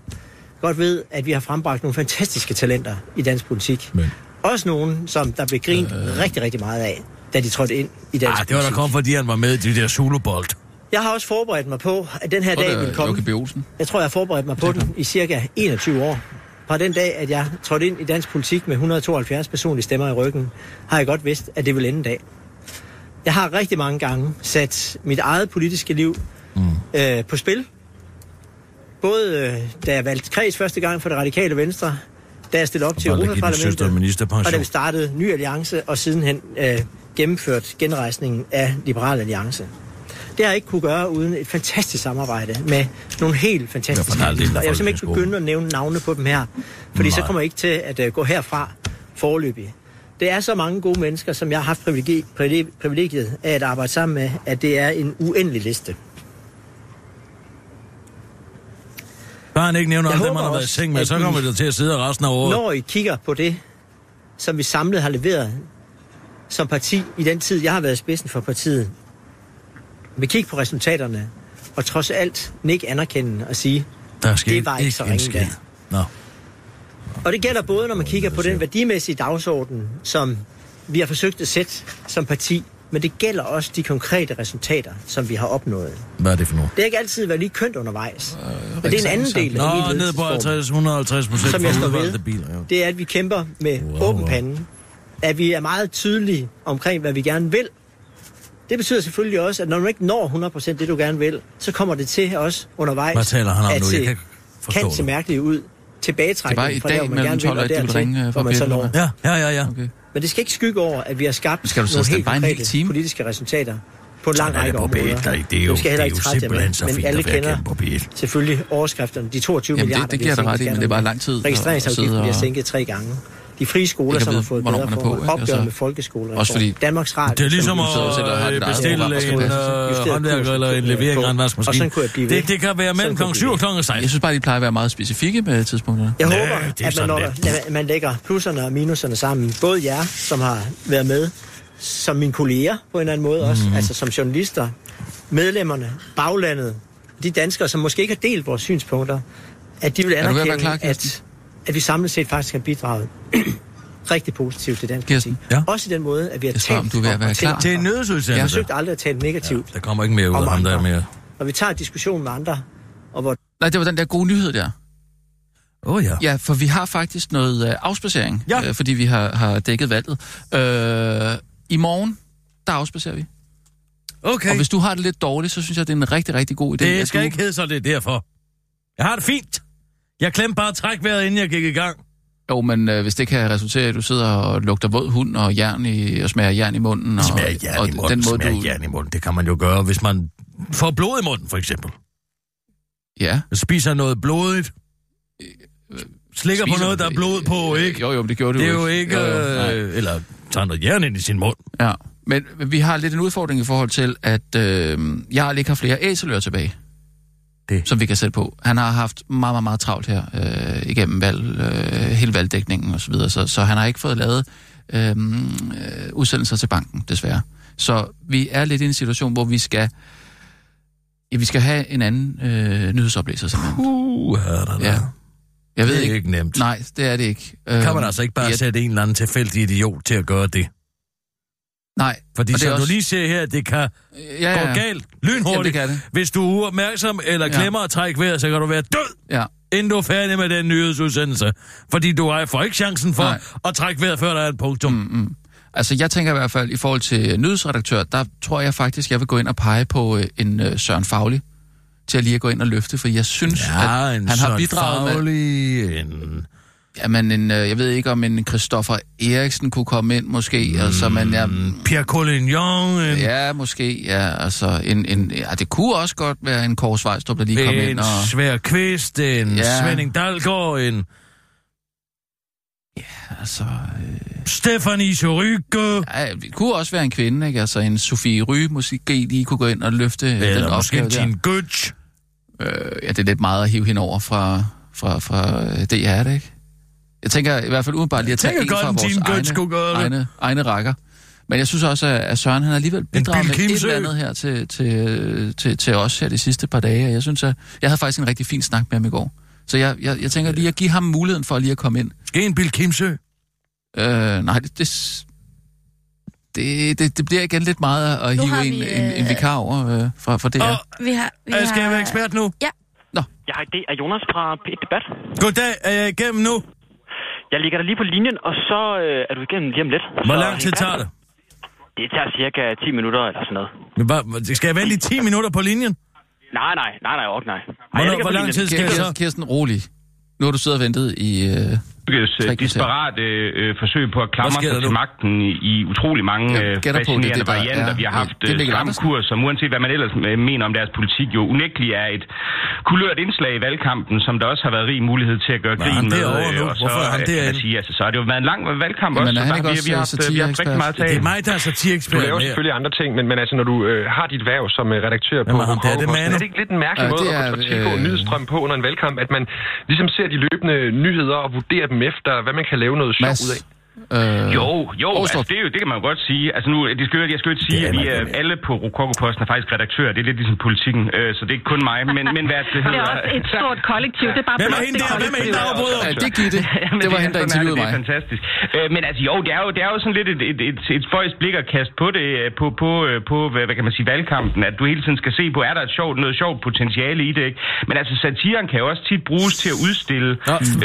Speaker 20: godt ved, at vi har frembragt nogle fantastiske talenter i dansk politik. Men. Også nogen, som der blev grint øh... rigtig, rigtig meget af, da de trådte ind i dansk
Speaker 6: Ah, det var der
Speaker 20: politik.
Speaker 6: kom, fordi han var med i det der solobolt.
Speaker 20: Jeg har også forberedt mig på, at den her
Speaker 4: Tror du,
Speaker 20: dag
Speaker 4: det
Speaker 20: ville
Speaker 4: er
Speaker 20: komme.
Speaker 4: Joachim B. Olsen?
Speaker 20: Jeg tror, jeg har forberedt mig på den i cirka 21 år. Fra den dag, at jeg trådte ind i dansk politik med 172 personlige stemmer i ryggen, har jeg godt vidst, at det vil ende en dag. Jeg har rigtig mange gange sat mit eget politiske liv mm. øh, på spil. både øh, da jeg valgte kreds første gang for det radikale venstre, da jeg stillede op til
Speaker 6: bare lige give din søster en
Speaker 20: Europaparlamentet,
Speaker 6: ministerpension.
Speaker 20: og da vi startede Ny Alliance, og sidenhen øh, gennemført genrejsningen af Liberal Alliance. Det har jeg ikke kunne gøre uden et fantastisk samarbejde med nogle helt fantastiske
Speaker 6: Hvorfor er det
Speaker 20: mennesker.
Speaker 6: inden
Speaker 20: Jeg vil simpelthen ikke
Speaker 6: folketingsgruppen?
Speaker 20: begynde at nævne navne på dem her, fordi så
Speaker 6: Nej.
Speaker 20: kommer jeg ikke til at øh, gå herfra forløbig. Det er så mange gode mennesker, som jeg har haft privilegi- privile- privilegiet af at arbejde sammen med, at det er en uendelig liste.
Speaker 6: Bare han ikke nævner
Speaker 20: Jeg
Speaker 6: alle dem,
Speaker 20: håber
Speaker 6: han har været i
Speaker 20: også,
Speaker 6: seng med,
Speaker 20: at
Speaker 6: så
Speaker 20: I-
Speaker 6: kommer det til at sidde resten af året.
Speaker 20: Når I kigger på det, som vi samlet har leveret som parti i den tid, jeg har været i spidsen for partiet, vi kigger på resultaterne, og trods alt nik anerkende og sige,
Speaker 6: Der sker
Speaker 20: det var ikke,
Speaker 6: ikke
Speaker 20: så
Speaker 6: en
Speaker 20: ringe
Speaker 6: skid."
Speaker 20: da.
Speaker 6: Nå.
Speaker 20: Og det gælder både, når man kigger på den værdimæssige dagsorden, som vi har forsøgt at sætte som parti, men det gælder også de konkrete resultater, som vi har opnået.
Speaker 6: Hvad er det for noget?
Speaker 20: Det har ikke altid været lige kønt undervejs. Men det er en anden del af
Speaker 6: Øh, Nå,
Speaker 20: hele
Speaker 6: ned på
Speaker 20: ledelsesformen.
Speaker 6: 50, 150 procent
Speaker 20: Som jeg
Speaker 6: for
Speaker 20: står ved.
Speaker 6: udvalgte biler. Jo.
Speaker 20: det er, at vi kæmper med wow, åben pande. At vi er meget tydelige omkring, hvad vi gerne vil. Det betyder selvfølgelig også, at når du ikke når 100% det, du gerne vil, så kommer det til også undervejs
Speaker 6: Hvad taler han om
Speaker 20: at
Speaker 6: nu? Jeg
Speaker 20: se,
Speaker 6: kan ikke forstå
Speaker 20: kan
Speaker 6: det.
Speaker 20: se mærkeligt ud. Tilbagetrækning
Speaker 4: Det er bare i
Speaker 20: fra
Speaker 4: dag
Speaker 20: der, hvor man
Speaker 4: mellem
Speaker 20: gerne
Speaker 4: 12 og
Speaker 20: vil,
Speaker 4: et, de vil
Speaker 20: dertil,
Speaker 4: ringe, øh,
Speaker 20: hvor
Speaker 4: fra
Speaker 20: man så
Speaker 4: Peter.
Speaker 20: når.
Speaker 6: Ja, ja, ja. ja. Okay.
Speaker 20: Men det skal ikke skygge over, at vi har skabt
Speaker 6: Skal du sidde og
Speaker 20: nogle
Speaker 6: standby
Speaker 20: helt
Speaker 6: en hel
Speaker 20: konkrete politiske resultater på en lang
Speaker 6: Sådan er
Speaker 20: række
Speaker 6: det på
Speaker 20: områder.
Speaker 6: P1, der- det er jo-
Speaker 20: Dem skal jeg heller
Speaker 6: det er
Speaker 20: ikke
Speaker 6: jo
Speaker 20: trætte jer med,
Speaker 6: simpelthen så
Speaker 20: men
Speaker 6: fint
Speaker 20: alle
Speaker 6: at være
Speaker 20: kender
Speaker 6: kendt på P1.
Speaker 20: selvfølgelig overskrifterne, de 22
Speaker 4: Jamen, det-
Speaker 20: milliarder,
Speaker 4: det
Speaker 20: vi har
Speaker 4: giver jeg dig
Speaker 20: sænket
Speaker 4: ret i, men det er
Speaker 20: skatterne
Speaker 4: bare
Speaker 20: med.
Speaker 4: lang tid at- at sidde
Speaker 20: Registreringsafgiften
Speaker 4: og-
Speaker 20: bliver sænket tre gange. De frie skoler,
Speaker 4: Ikke at
Speaker 20: som har
Speaker 4: vide,
Speaker 20: fået
Speaker 4: hvornår
Speaker 20: bedre
Speaker 4: man er på,
Speaker 20: forhold.
Speaker 4: ikke?
Speaker 20: Opgør
Speaker 4: Altså,
Speaker 20: med folkeskoler.
Speaker 4: også fordi-
Speaker 20: Danmarks Radio.
Speaker 6: Det er ligesom
Speaker 20: som-
Speaker 6: at øh, bestille en øh, håndværker eller en levering af en
Speaker 20: Og sådan
Speaker 6: vaskemaskine.
Speaker 20: kunne jeg blive ved.
Speaker 6: Det, det kan være mellem kl. 7 og kl. 16.
Speaker 4: Jeg synes bare, de plejer at være meget specifikke med tidspunkterne.
Speaker 20: Jeg håber, at man, når, at man lægger plusserne og minuserne sammen. Både jer, som har været med, som mine kolleger på en eller anden måde også,
Speaker 6: Mhm.
Speaker 20: altså som journalister, medlemmerne, baglandet, de danskere, som måske ikke har delt vores synspunkter, at de vil
Speaker 4: Er du ved at være
Speaker 20: anerkende,
Speaker 4: klar,
Speaker 20: at, at vi samlet set faktisk har bidraget rigtig positivt til dansk
Speaker 4: Kirsten,
Speaker 20: politik. Også i den måde, at vi har
Speaker 4: Jeg spørger, om
Speaker 20: talt
Speaker 4: du er ved at være klar.
Speaker 6: Det er en nødsudsendelse.
Speaker 20: Jeg har forsøgt aldrig at tale negativt.
Speaker 6: Der kommer ikke mere ud af ham, der er mere.
Speaker 20: Når vi tager diskussionen med andre, og hvor
Speaker 4: Nej, det var den der gode nyhed der.
Speaker 6: Åh oh, ja.
Speaker 4: Ja, for vi har faktisk noget øh, afspacering, ja. øh, fordi vi har, har dækket valget. Øh, I morgen, der afspacerer vi.
Speaker 6: Okay.
Speaker 4: Og hvis du har det lidt dårligt, så synes jeg, det er en rigtig, rigtig god idé.
Speaker 6: Det
Speaker 4: at
Speaker 6: skal
Speaker 4: du...
Speaker 6: ikke hedde sig, det er derfor. Jeg har det fint. Jeg klemte bare trækvejret, inden jeg gik i gang.
Speaker 4: Jo, men øh, hvis det kan resultere i, at du sidder og lugter våd hund og, jern i, og smager jern i munden. Og,
Speaker 6: Smager jern
Speaker 4: og
Speaker 6: i munden,
Speaker 4: den måde,
Speaker 6: smager
Speaker 4: du...
Speaker 6: jern i munden. Det kan man jo gøre, hvis man får blod i munden, for eksempel.
Speaker 4: Ja.
Speaker 6: Spiser noget blodigt. Slikker på
Speaker 4: Spiser Øh,
Speaker 6: noget, der er blod på, ikke?
Speaker 4: Jo, jo, men det gjorde du
Speaker 6: Det er jo ikke...
Speaker 4: Jo, jo, nej.
Speaker 6: øh, Eller tager noget jern ind i sin mund.
Speaker 4: Ja, men vi har lidt en udfordring i forhold til, at øh, jeg har ikke har flere æselører tilbage,
Speaker 6: det.
Speaker 4: som vi kan sætte på. Han har haft meget, meget, meget travlt her øh, igennem valg, øh, hele valgdækningen osv., så, videre, så, så han har ikke fået lavet øh, øh, udsendelser til banken, desværre. Så vi er lidt i en situation, hvor vi skal... Ja, vi skal have en anden øh, nyhedsoplæser, simpelthen.
Speaker 6: Uh, ja.
Speaker 4: Jeg ved
Speaker 6: det er
Speaker 4: ikke-
Speaker 6: ikke nemt.
Speaker 4: Nej, det er det ikke.
Speaker 6: Kan
Speaker 4: Øhm,
Speaker 6: man altså ikke bare
Speaker 4: ja.
Speaker 6: sætte en eller anden tilfældig idiot til at gøre det?
Speaker 4: Nej.
Speaker 6: Fordi
Speaker 4: og det er
Speaker 6: som også...
Speaker 4: også-
Speaker 6: du lige ser her, det kan
Speaker 4: ja,
Speaker 6: ja,
Speaker 4: ja.
Speaker 6: gå galt
Speaker 4: Jamen, det
Speaker 6: lynhurtigt.
Speaker 4: kan det.
Speaker 6: Hvis du er uopmærksom eller
Speaker 4: Ja.
Speaker 6: glemmer at trække vejret, så kan du være død,
Speaker 4: Ja.
Speaker 6: inden du er færdig med den nyhedsudsendelse. Fordi du har- får ikke chancen for Nej.
Speaker 4: Nej.
Speaker 6: at trække vejret, før der er et punktum. Mm,
Speaker 4: mm. Altså, jeg tænker i hvert fald, i forhold til nyhedsredaktør, der tror jeg faktisk, jeg vil gå ind og pege på øh, en øh, Søren Faglig til at lige at gå ind og løfte, for jeg synes,
Speaker 6: Ja,
Speaker 4: at
Speaker 6: en
Speaker 4: han har
Speaker 6: Søren
Speaker 4: bidraget med...
Speaker 6: Faglig, en...
Speaker 4: Jamen, en, øh, jeg ved ikke, om en Christoffer Eriksen kunne komme ind, måske, mm. altså, men jeg...
Speaker 6: Pierre Collignon... En...
Speaker 4: Ja, måske, ja, altså, en, en, ja, det kunne også godt være en Kåre Svejstrup, der lige kom
Speaker 6: en
Speaker 4: ind og...
Speaker 6: svær kvist, en ja.
Speaker 4: Ja.
Speaker 6: Svending Dalgaard, en...
Speaker 4: Ja, altså... Øh...
Speaker 6: Stefanie Sorygge...
Speaker 4: Ja, det kunne også være en kvinde, ikke? Altså, en Sofie Ry måske lige kunne gå ind og løfte øh, den
Speaker 6: Eller måske
Speaker 4: opgave
Speaker 6: en
Speaker 4: der.
Speaker 6: Tine Gøtsch.
Speaker 4: Øh, ja, det er lidt meget at hive hende over fra, fra, fra øh, DR, er det ikke? Jeg tænker i hvert fald udenbart lige at tage
Speaker 6: tænker
Speaker 4: en
Speaker 6: godt,
Speaker 4: fra
Speaker 6: en
Speaker 4: vores
Speaker 6: Team Gøtz kunne
Speaker 4: egne,
Speaker 6: gøre det.
Speaker 4: egne, egne rækker. Men jeg synes også, at- at Søren han har alligevel bidraget
Speaker 6: Bill
Speaker 4: med et
Speaker 6: Kimsø.
Speaker 4: eller andet her til, til, til, til os her de sidste par dage. Og Jeg synes, at jeg havde faktisk en rigtig fin snak med ham i går. Så jeg, jeg, jeg tænker lige at give ham muligheden for lige at komme ind.
Speaker 6: Skal en Bill Kimsø?
Speaker 4: Øh, nej, det, det, det, det, det bliver igen lidt meget at
Speaker 10: Nu har
Speaker 4: hive en,
Speaker 10: vi,
Speaker 4: en, en
Speaker 10: øh,
Speaker 4: vikar over øh, fra, fra det her.
Speaker 6: Og
Speaker 10: Vi har, vi
Speaker 6: Jeg skal
Speaker 10: har...
Speaker 6: jeg være ekspert nu?
Speaker 10: Ja.
Speaker 4: Nå.
Speaker 21: Jeg har det er Jonas fra P1 Debat.
Speaker 6: Goddag, er jeg igennem nu?
Speaker 21: Jeg ligger dig lige på linjen, og så øh, er du igennem lige om lidt.
Speaker 6: Hvor
Speaker 21: Så
Speaker 6: lang tid
Speaker 21: hæng fast.
Speaker 6: tager det?
Speaker 21: Det tager cirka 10 minutter eller sådan noget.
Speaker 6: Men bare, skal jeg vente i 10 minutter på linjen?
Speaker 21: Nej, nej, nej, nej, ork, nej. Ej, jeg
Speaker 4: Hvornår-
Speaker 21: ligger på linjen.
Speaker 4: Kirsten, Kirsten, rolig. Nu har du siddet og ventet i... Øh,
Speaker 2: Lykkes
Speaker 4: Tre
Speaker 2: øh,
Speaker 4: kvarter.
Speaker 2: desperate øh, forsøg på at
Speaker 4: Hvad
Speaker 2: klamre
Speaker 4: sker
Speaker 2: sig
Speaker 4: der
Speaker 2: til
Speaker 4: nu?
Speaker 2: magten i, i utrolig mange
Speaker 4: Jeg
Speaker 2: øh,
Speaker 4: gætter på, det
Speaker 2: fascinerende
Speaker 4: er det, der
Speaker 2: varianter.
Speaker 4: er,
Speaker 2: Vi har
Speaker 4: øh,
Speaker 2: haft
Speaker 4: det er Mikkel
Speaker 2: stramkurs, som uanset hvad man ellers øh, mener om deres politik, jo unægteligt er et kulørt indslag i valgkampen, som der også har været rig mulighed til at gøre grin
Speaker 6: han
Speaker 2: med.
Speaker 6: derovre nu?
Speaker 2: og så,
Speaker 6: Hvorfor er han
Speaker 2: øh, kan man
Speaker 6: derinde?
Speaker 2: sige, altså, så har det jo været en lang valgkamp
Speaker 6: Jamen,
Speaker 2: også,
Speaker 6: er
Speaker 2: så
Speaker 6: han
Speaker 2: der,
Speaker 6: ikke
Speaker 2: vi,
Speaker 6: også,
Speaker 2: vi har haft, øh,
Speaker 6: øh,
Speaker 2: vi har haft rigtig meget
Speaker 6: satireekspert?
Speaker 2: tale.
Speaker 6: Det er mig, der er
Speaker 22: Du
Speaker 6: satireekspert
Speaker 22: laver
Speaker 6: her.
Speaker 22: selvfølgelig andre ting, men, men altså, når du øh, har dit værv som øh, redaktør på
Speaker 6: Hvem er ham der? Er det
Speaker 22: Kronposten,
Speaker 6: Manu?
Speaker 22: er det ikke lidt en mærkelig
Speaker 6: Ja,
Speaker 22: måde
Speaker 6: det
Speaker 22: at
Speaker 6: er,
Speaker 22: få trafik og
Speaker 6: øh,
Speaker 22: nyhedsstrøm på under en valgkamp, at man ligesom ser de løbende nyheder og vurderer dem efter, hvad man kan lave noget sjovt ud af?
Speaker 4: Øh,
Speaker 2: jo, jo, altså, det, er jo, det kan man jo godt sige. Altså nu, det skal, jo- jeg skal jo ikke sige, at vi er alle på Rokokoposten er faktisk redaktører. Det er lidt ligesom politikken, øh, så det er ikke kun mig, men, men hvad det
Speaker 23: Det
Speaker 2: hedder.
Speaker 23: er også et stort kollektiv. Det er bare
Speaker 2: Hvem er
Speaker 23: blot
Speaker 2: hende
Speaker 23: det
Speaker 2: der? Hvem er hende, der
Speaker 23: kollektiv.
Speaker 2: afbryder?
Speaker 4: Ja, det er Gitte.
Speaker 2: Jamen,
Speaker 4: Det var hende, der
Speaker 2: sådan er
Speaker 4: interviewede
Speaker 2: det, Det
Speaker 4: mig.
Speaker 2: er fantastisk. Øh, men altså jo, det er jo, det er jo sådan lidt et, et, et, et spøjs blik at kaste på det, øh, på, på, øh, på hvad, hvad kan man sige, valgkampen, at du hele tiden skal se på, er der et sjovt, noget sjovt potentiale i det, ikke? Men altså satiren kan jo også tit bruges til at udstille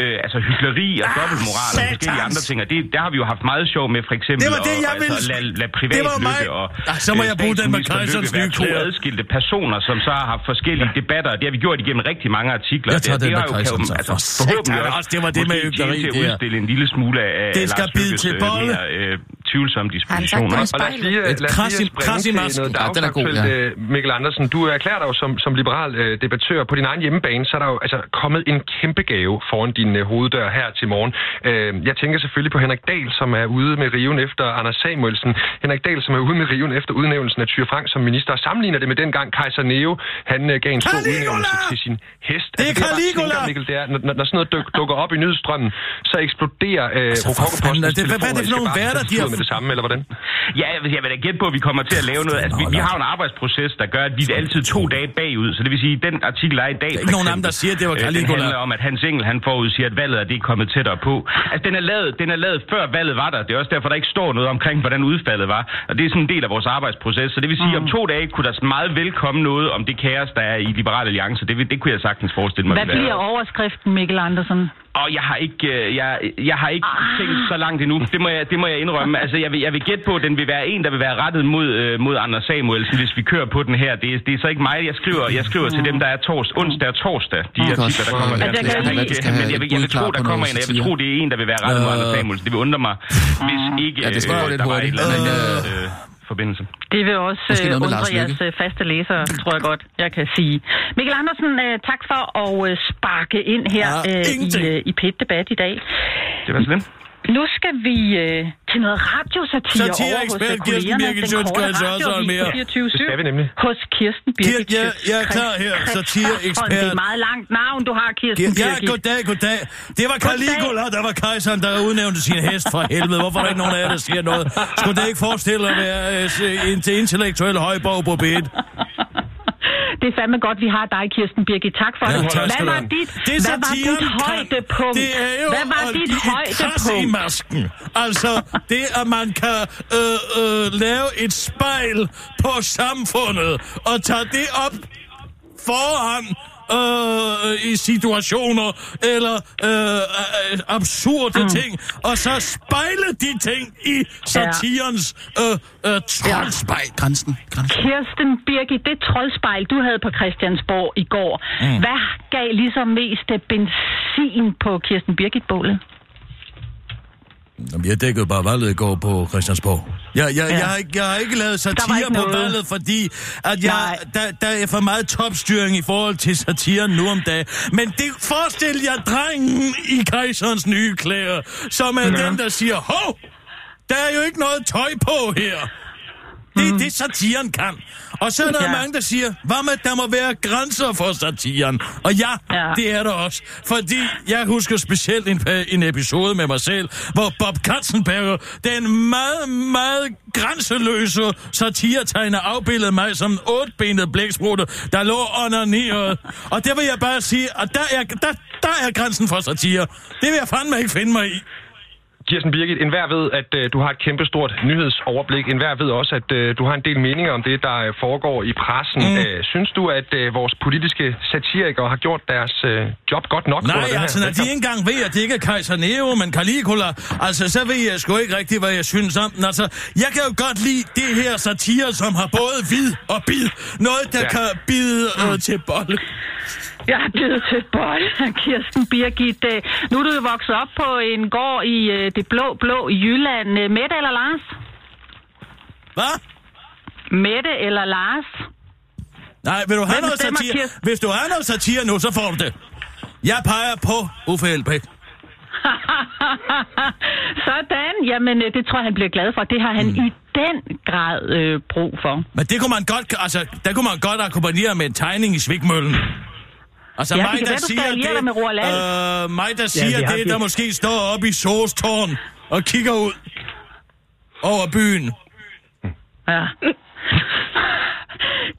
Speaker 2: øh, altså hykleri og
Speaker 6: Ah,
Speaker 2: dobbeltmoral og forskellige andre ting, og det, der har vi jo haft meget sjov med, for eksempel,
Speaker 6: Det var det,
Speaker 2: og,
Speaker 6: jeg ville-
Speaker 2: altså, lad, lad
Speaker 6: Det var mig.
Speaker 2: privatlykke og
Speaker 6: Ah, så må
Speaker 2: øh,
Speaker 6: jeg bruge den med
Speaker 2: statsminister
Speaker 6: kejserens
Speaker 2: Lykke være
Speaker 6: nye
Speaker 2: to
Speaker 6: klæder.
Speaker 2: adskilte personer, som så har haft forskellige debatter, og det har vi gjort igennem rigtig mange artikler.
Speaker 6: Jeg tager
Speaker 2: det, det
Speaker 6: den med
Speaker 2: har jo-
Speaker 6: kejserens,
Speaker 2: kan jo-
Speaker 6: for
Speaker 2: altså, forhåbentlig
Speaker 6: satan også, det var det
Speaker 2: måske
Speaker 6: med
Speaker 2: tjene
Speaker 6: hykleri,
Speaker 2: til at
Speaker 6: det her.
Speaker 2: udstille en lille smule af
Speaker 6: Det skal
Speaker 2: Lars
Speaker 6: bide
Speaker 2: Lykkes,
Speaker 6: til
Speaker 2: øh,
Speaker 6: bolle.
Speaker 2: mere, øh, tvølsomme dispositioner.
Speaker 22: Og lad os lige, øh, lad os lige springe til noget dagsaktuelt, øh, Mikkel Andersen. Du erklærer dig jo som, som liberal øh, debattør på din egen hjemmebane, så er der jo altså, kommet en kæmpe gave foran din øh, hoveddør her til morgen. Øh, jeg tænker selvfølgelig på Henrik Dahl, som er ude med riven efter Anders Samuelsen. Henrik Dahl, som er ude med riven efter udnævnelsen af Tyre Frank som minister, og sammenligner det med dengang Kaiser Neo, han øh, gav en stor udnævnelse til sin hest.
Speaker 6: Det er
Speaker 22: jeg bare
Speaker 6: Caligula!
Speaker 22: tænker, Mikkel, det er, når, når- når sådan noget duk, dukker op i nyhedsstrømmen, så eksploderer øh, altså,
Speaker 6: for fanden, er det- hvad- hvad er det for nogle værter, de har-
Speaker 22: med det samme, eller hvordan?
Speaker 2: Ja, jeg vil, jeg vil da gætte på, at vi kommer til at lave noget. Altså, vi, vi har jo en arbejdsproces, der gør, at vi er altid to dage bagud. Så det vil sige, at den artikel, der er i dag... Der
Speaker 6: ikke nogen af dem, der siger, at det var
Speaker 2: Den
Speaker 6: Caligula.
Speaker 2: handler om, at Hans Engel, han forudsiger, at valget er det er kommet tættere på. Altså, den er, lavet, den er lavet før valget var der. Det er også derfor, der ikke står noget omkring, hvordan udfaldet var. Og det er sådan en del af vores arbejdsproces. Så det vil sige, at om
Speaker 6: Mm.
Speaker 2: to dage kunne der meget vel komme noget om det kaos, der er i Liberal Alliance. Det, vil- det kunne jeg sagtens forestille mig.
Speaker 23: Hvad
Speaker 2: ville være-
Speaker 23: bliver overskriften, Mikkel Andersen?
Speaker 2: og jeg har ikke, øh, jeg, jeg har ikke ah. tænkt så langt endnu. Det må jeg, det må jeg indrømme. Altså, jeg vil, jeg vil gætte på, at den vil være en, der vil være rettet mod, øh, mod Anders Samuelsen, hvis vi kører på den her. Det, er- det er så ikke mig, jeg skriver, jeg skriver til dem, der er tors, onsdag og torsdag, de
Speaker 4: Godt.
Speaker 2: artikler, der kommer.
Speaker 4: Altså, jeg kan
Speaker 2: Jeg har
Speaker 4: lige-
Speaker 2: ikke- Men jeg vil, jeg vil tro, der kommer en, og jeg vil tro, det er en, der vil være rettet mod Anders
Speaker 4: Øh.
Speaker 2: Samuelsen. Det vil undre mig, hvis ikke
Speaker 4: Ja, det skal
Speaker 2: øh,
Speaker 4: gå lidt
Speaker 2: der var et
Speaker 4: hurtigt.
Speaker 2: eller andet
Speaker 4: Øh.
Speaker 2: øh, forbindelse.
Speaker 23: Det vil også
Speaker 2: Måske
Speaker 23: øh,
Speaker 2: noget med
Speaker 23: undre
Speaker 2: Lars Løkke.
Speaker 23: jeres øh, faste læsere, tror jeg godt, jeg kan sige. Mikkel Andersen, øh, tak for at øh, sparke ind her
Speaker 2: Ah,
Speaker 23: øh, i,
Speaker 2: ingenting.
Speaker 23: øh, i PET-debat i dag.
Speaker 2: Det var sådan.
Speaker 23: Nu skal vi øh, til noget radiosatire over hos
Speaker 6: Satireekspert
Speaker 23: øh,
Speaker 6: Kirsten
Speaker 23: kollegerne.
Speaker 6: Birgit
Speaker 23: Den korte
Speaker 6: Sjøtskreds Hørsholm her.
Speaker 23: radioavis
Speaker 6: Det skal vi nemlig.
Speaker 23: 24-7 hos Kirsten Birgit
Speaker 6: Kirk, jeg, jeg er
Speaker 23: Sjøtskreds
Speaker 6: klar her.
Speaker 23: Christoffersen. Det er
Speaker 6: Satireekspert.
Speaker 23: et meget langt navn, du har, Kirsten
Speaker 6: Kirk, ja,
Speaker 23: Birgit.
Speaker 6: goddag, goddag. Det var Caligula, der var kejseren, der udnævnte sin hest fra helvede. Hvorfor er der ikke nogen af jer, der siger noget? Skulle det ikke forestille at være øh, se- en til intellektuel højborg på bedet?
Speaker 23: Det er fandme godt, vi har dig, Kirsten Birgit. Tak for
Speaker 6: Ja,
Speaker 23: det.
Speaker 6: tak
Speaker 23: Hvad
Speaker 6: skal du
Speaker 23: var
Speaker 6: have.
Speaker 23: dit,
Speaker 6: Det er
Speaker 23: hvad var
Speaker 6: satiren,
Speaker 23: dit
Speaker 6: Kar-
Speaker 23: højdepunkt?
Speaker 6: Det er jo
Speaker 23: hvad var
Speaker 6: at
Speaker 23: dit
Speaker 6: give et kras i
Speaker 23: højdepunkt?
Speaker 6: masken. Altså, det at man kan øh, øh, lave et spejl på samfundet og tage det op foran øh, i situationer eller øh, øh, absurde mm. ting, og så spejle de ting i satirens øh, øh, troldspejl.
Speaker 4: Grænsen. Grænsen.
Speaker 23: Kirsten Birgit, det troldspejl, du havde på Christiansborg i går,
Speaker 4: Mm.
Speaker 23: mm. hvad gav ligesom mest øh, benzin på Kirsten Birgit-bålet?
Speaker 6: Jamen, jeg dækkede bare valget i går på Christiansborg. Jeg, jeg, ja. jeg, har, ikke, jeg har ikke lavet
Speaker 23: var
Speaker 6: satire
Speaker 23: ikke
Speaker 6: på
Speaker 23: noget.
Speaker 6: valget, fordi at jeg, der, der er for meget topstyring i forhold til satiren nu om dagen. Men det forestil jer drengen i kejserens nye klæder, som er ja. den, der siger, hov, der er jo ikke noget tøj på her. Det er det, satiren kan. Og så er der ja.
Speaker 24: Ja.
Speaker 6: mange, der siger, hvad med, at der må være grænser for satiren? Og ja, ja, det er der også. Fordi jeg husker specielt en, pa- en episode med mig selv, hvor Bob Katzenberger, den meget, meget grænseløse satiretegner, afbildede mig som en otbenet blæksprutte, der lå onaneret. Og der vil jeg bare sige, at der er, der, der er grænsen for satire. Det vil jeg fandme ikke finde mig i.
Speaker 22: Kirsten Birgit, enhver ved, at øh, du har et kæmpestort nyhedsoverblik. Enhver ved også, at øh, du har en del meninger om det, der øh, foregår i pressen. Mm. Øh, synes du, at øh, vores politiske satirikere har gjort deres øh, job godt nok? under den
Speaker 6: Nej,
Speaker 22: her
Speaker 6: altså, når de
Speaker 22: valgkamp?
Speaker 6: ikke engang ved, at det ikke er kejser Nero, men Caligula, altså, så ved jeg sgu ikke rigtigt, hvad jeg synes om den. Altså, jeg kan jo godt lide det her satire, som har både vid og bid. Noget, der
Speaker 23: Ja.
Speaker 6: ja. kan bide øh, til bolle.
Speaker 23: Jeg er blevet til bold, Kirsten Birgit. Øh, Nu er du jo vokset op på en gård i øh, det blå, blå Jylland. Øh, Mette eller Lars?
Speaker 6: Hvad?
Speaker 23: Mette eller Lars?
Speaker 6: Nej, vil du have
Speaker 23: Hvem
Speaker 6: noget
Speaker 23: bestemmer,
Speaker 6: satire?
Speaker 23: Kirsten?
Speaker 6: Hvis du har noget satire nu, så får du det. Jeg peger på Uffe Elbæk.
Speaker 23: Sådan. Jamen, øh, det tror jeg, han bliver glad for. Det har han mm. i den grad øh, brug for.
Speaker 6: Men det kunne man godt, altså, der kunne man godt akkompagnere med en tegning i svigmøllen. Altså
Speaker 23: Ja, det
Speaker 6: mig,
Speaker 23: kan
Speaker 6: der
Speaker 23: være, du skal
Speaker 6: siger
Speaker 23: alliere
Speaker 6: det,
Speaker 23: dig med Roald Alt.
Speaker 6: øh, mig, der
Speaker 23: Ja,
Speaker 6: siger
Speaker 23: vi
Speaker 6: ja,
Speaker 23: har
Speaker 6: det,
Speaker 23: det.
Speaker 6: der måske står oppe i sovstårn og kigger ud over byen.
Speaker 23: Ja.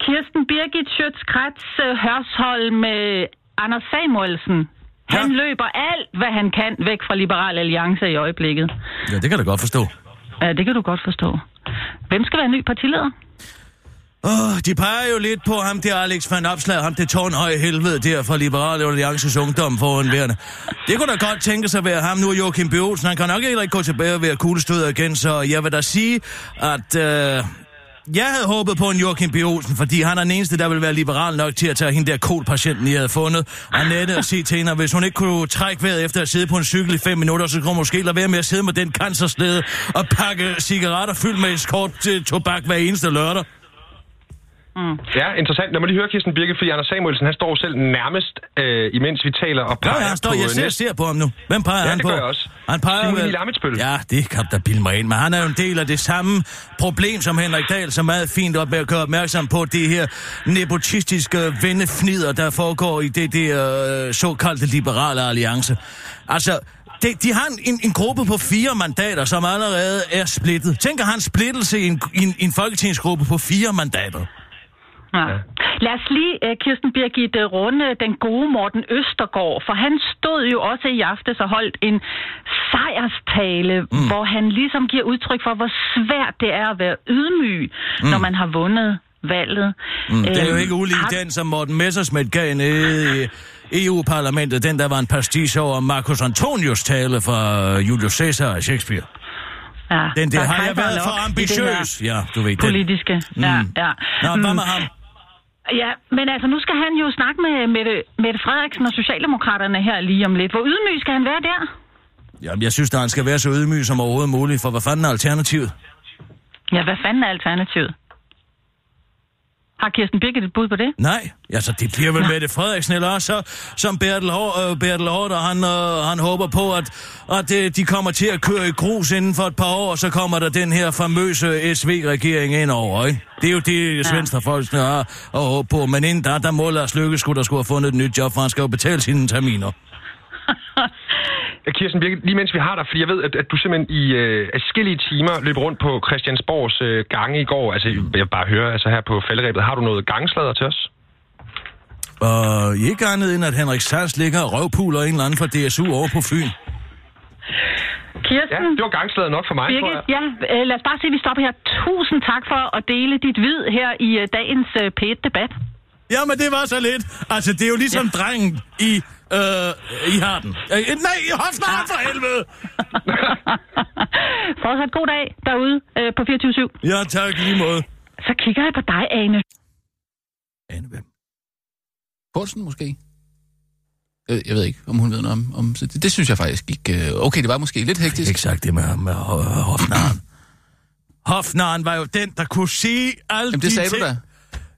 Speaker 23: Kirsten Birgit Schøtz-Krets øh, Hørsholm øh, Anders Samuelsen. Han ja. løber alt, hvad han kan væk fra Liberal Alliance i øjeblikket.
Speaker 6: Ja, det kan du godt forstå.
Speaker 23: Ja, det kan du godt forstå. Hvem skal være ny partileder?
Speaker 6: Oh, de peger jo lidt på ham der, Alex van Opslag, ham det tårnhøje helvede der fra Liberale Alliances Ungdom foranværende. Det kunne da godt tænke sig at være ham nu, Joachim B. Olsen. Han kan nok heller ikke gå tilbage og være kuglestøder igen, så jeg vil da sige, at... Øh, jeg havde håbet på en Joachim B. Olsen, fordi han er den eneste, der vil være liberal nok til at tage hende der kolpatienten, jeg havde fundet, og nette og sige til hende, at hvis hun ikke kunne trække vejret efter at sidde på en cykel i fem minutter, så kunne hun måske lade være med at sidde med den cancerslede og pakke cigaretter fyldt med skort øh, tobak hver eneste lørdag.
Speaker 23: Mm.
Speaker 22: Ja, interessant. Lad mig lige høre Kirsten Birke, fordi Anders Samuelsen, han står jo selv nærmest, øh, imens vi taler og
Speaker 6: Ja,
Speaker 22: peger
Speaker 6: han står,
Speaker 22: på
Speaker 6: jeg
Speaker 22: øh,
Speaker 6: ser,
Speaker 22: næste-
Speaker 6: ser på ham nu. Hvem peger
Speaker 22: Ja,
Speaker 6: han
Speaker 22: det
Speaker 6: på?
Speaker 22: gør jeg også.
Speaker 6: Han peger
Speaker 22: Simon
Speaker 6: vel-
Speaker 22: Emil Amitsbøl.
Speaker 6: Ja, det kan der bilde mig ind, men han er jo en del af det samme problem, som Henrik Dahl så meget fint op med at gøre opmærksom på. Det her nepotistiske vennefnider, der foregår i det der øh, såkaldte liberale alliance. Altså, de, de har en- en, en gruppe på fire mandater, som allerede er splittet. Tænker han splittelse i en, i en, i en folketingsgruppe på fire mandater?
Speaker 23: Ja. Lad os lige, øh, Kirsten Birgit, øh, runde den gode Morten Østergaard, for han stod jo også i aftes og holdt en sejrstale, mm. hvor han ligesom giver udtryk for, hvor svært det er at være ydmyg, mm. når man har vundet valget.
Speaker 6: Mm, det er jo
Speaker 23: Øhm,
Speaker 6: ikke ulig den, som Morten Messerschmidt gav nede i EU-parlamentet. Den, der var en pastiche over Marcus Antonius tale fra Julius Caesar og Shakespeare.
Speaker 23: Ja,
Speaker 6: Den der,
Speaker 23: der er
Speaker 6: har jeg
Speaker 23: kejser
Speaker 6: været
Speaker 23: nok
Speaker 6: for
Speaker 23: i den
Speaker 6: ambitiøs?
Speaker 23: her
Speaker 6: Ja, du ved den.
Speaker 23: Politiske, ja,
Speaker 6: Mm.
Speaker 23: ja.
Speaker 6: Nå, hvad
Speaker 23: Mm.
Speaker 6: med ham?
Speaker 23: Ja, men altså, nu skal han jo snakke med Mette, Mette Frederiksen og Socialdemokraterne her lige om lidt. Hvor ydmyg skal han være der?
Speaker 6: Jamen, jeg synes, at han skal være så ydmyg som overhovedet muligt, for hvad fanden er alternativet?
Speaker 23: Ja, hvad fanden er alternativet? Har Kirsten Birgit et bud på det?
Speaker 6: Nej, altså det bliver vel Mette Frederiksen eller også, så- som Bertel, Hår, øh, Bertel Hårder, han, øh, han håber på, at, at øh, de kommer til at køre i grus inden for et par år, og så kommer der den her famøse SV-regering ind over, ikke? Det er jo det, ja. Svendster Folkesne har at håbe på, men inden der, der må Lars Lykke skulle der skulle have fundet et nyt job, for han skal jo betale sine terminer.
Speaker 22: Ja, Kirsten Birke, lige mens vi har dig, fordi jeg ved, at, at du simpelthen i øh, forskellige timer løb rundt på Christiansborgs øh, gange i går. Altså, jeg vil bare høre, altså her på falderæbet, har du noget gangslader til os?
Speaker 6: Og ikke andet end, at Henrik Sars ligger og røvpuler en eller anden fra DSU over på Fyn.
Speaker 23: Kirsten?
Speaker 22: Ja, det var gangslader nok for mig, tror jeg.
Speaker 23: Birgit, ja, øh, lad os bare sige, at vi stopper her. Tusind tak for at dele dit vid her i øh, dagens øh, P1-debat.
Speaker 6: Ja, men det var så lidt. Altså, det er jo ligesom ja. drengen i... Øh, I har den. Øh, nej, i hoften har for helvede!
Speaker 23: Fortsat god dag derude øh, på 24-7.
Speaker 6: Ja, tak lige måde.
Speaker 23: Så kigger jeg på dig, Ane.
Speaker 4: Poulsen måske? Jeg, Øh, jeg ved ikke, om hun ved noget om... om så det, det synes jeg faktisk ikke... øh, Okay, det var måske lidt hektisk.
Speaker 6: Ikke sagt det med, med hofnaren. Hofnaren var jo den, der kunne sige alle
Speaker 4: Jamen, det
Speaker 6: de
Speaker 4: sagde du
Speaker 6: ting.
Speaker 4: da.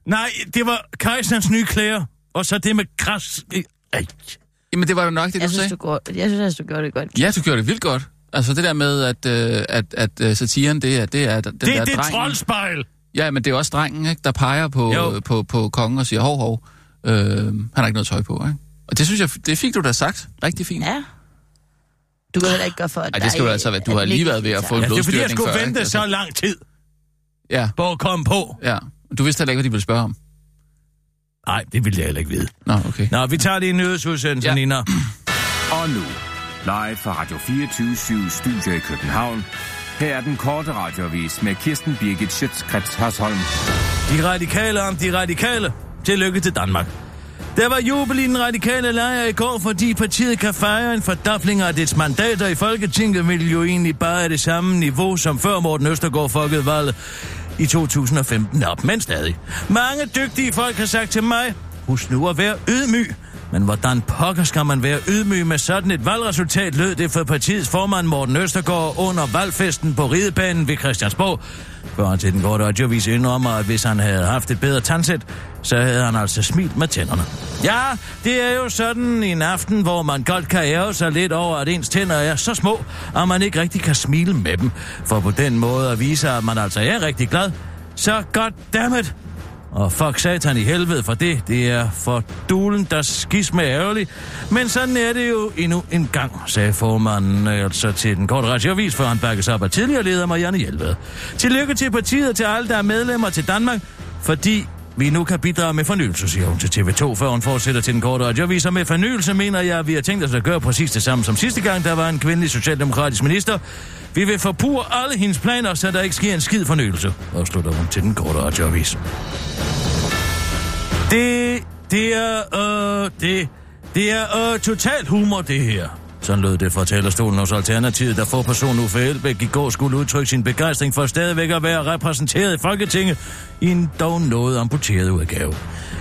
Speaker 6: Nej, det var kejserens nye klæder, og så det med græs. i- Ej.
Speaker 4: Jamen, det var jo nok det,
Speaker 10: Jeg synes, du, går, jeg synes, altså, du gjorde det godt.
Speaker 4: Ja, du gjorde det vildt godt. Altså det der med, at, øh, at, at øh, satiren, det er, det er den
Speaker 6: Det
Speaker 4: der
Speaker 6: er det
Speaker 4: drengen.
Speaker 6: troldspejl.
Speaker 4: Ja, men det er også drengen, ikke, der peger på, øh, på, på kongen og siger, hov, hov, øh, han har ikke noget tøj på. Ikke? Og det synes jeg, det fik du da sagt. Rigtig fint.
Speaker 10: Ja. Du kan heller ikke gøre for, at
Speaker 4: Ej, det skal du altså være. Du har lige været ved at få en
Speaker 6: Ja, det er fordi, jeg
Speaker 4: blodstyrtning
Speaker 6: skulle
Speaker 4: før,
Speaker 6: vente
Speaker 4: ikke? Altså-
Speaker 6: så lang tid
Speaker 4: Ja,
Speaker 6: på at komme på.
Speaker 4: ja. Du vidste heller ikke, hvad de ville spørge om.
Speaker 6: Nej, det ville jeg heller ikke vide.
Speaker 4: Nå, okay.
Speaker 6: Nå, vi tager lige en nyhedsudsendelse, ja. Nina.
Speaker 15: Og nu, Live fra Radio 24 Studio i København. Her er den korte radiovis med Kirsten Birgit Schøtzgrads Hasholm.
Speaker 6: De radikale om de radikale. Tillykke til Danmark. Der var jubel i den radikale lejr i går, fordi partiet kan fejre en fordobling af dets mandater i Folketinget, hvilket jo egentlig bare er det samme niveau, som før Morten Østergaard fuckede valget i 2015 op, men stadig. Mange dygtige folk har sagt til mig, husk nu at være ydmyg. Men hvordan pokker skal man være ydmyg med sådan et valgresultat, lød det for partiets formand Morten Østergaard under valgfesten på ridebanen ved Christiansborg. Før han til den korte radiovis indrømmer, at hvis han havde haft et bedre tandsæt, så havde han altså smilt med tænderne. Ja, det er jo sådan en aften, hvor man godt kan ære sig lidt over, at ens tænder er så små, at man ikke rigtig kan smile med dem. For på den måde at vise, at man altså er rigtig glad, så goddammit, og fuck satan i helvede for det. Det er for dulen, der skisme er ærgerlig. Men sådan er det jo endnu en gang, sagde formanden øh, altså til den korte radioavis, før han bakkes op af tidligere leder Marianne Hjelved. Tillykke til partiet og til alle, der er medlemmer til Danmark, fordi vi nu kan bidrage med fornyelse, siger hun til TV2, før hun fortsætter til den korte radioavis. Og med fornyelse mener jeg, at vi har tænkt os at gøre præcis det samme som sidste gang, der var en kvindelig socialdemokratisk minister. Vi vil forpure alle hendes planer, så der ikke sker en skid fornyelse, afslutter hun til den korte radioavis. Det, det er, øh, det, det er øh, totalt humor, det her. Sådan lød det fra talerstolen hos Alternativet, da forperson Uffe Elbæk i går skulle udtrykke sin begejstring for stadigvæk at være repræsenteret i Folketinget i en dog noget amputeret udgave.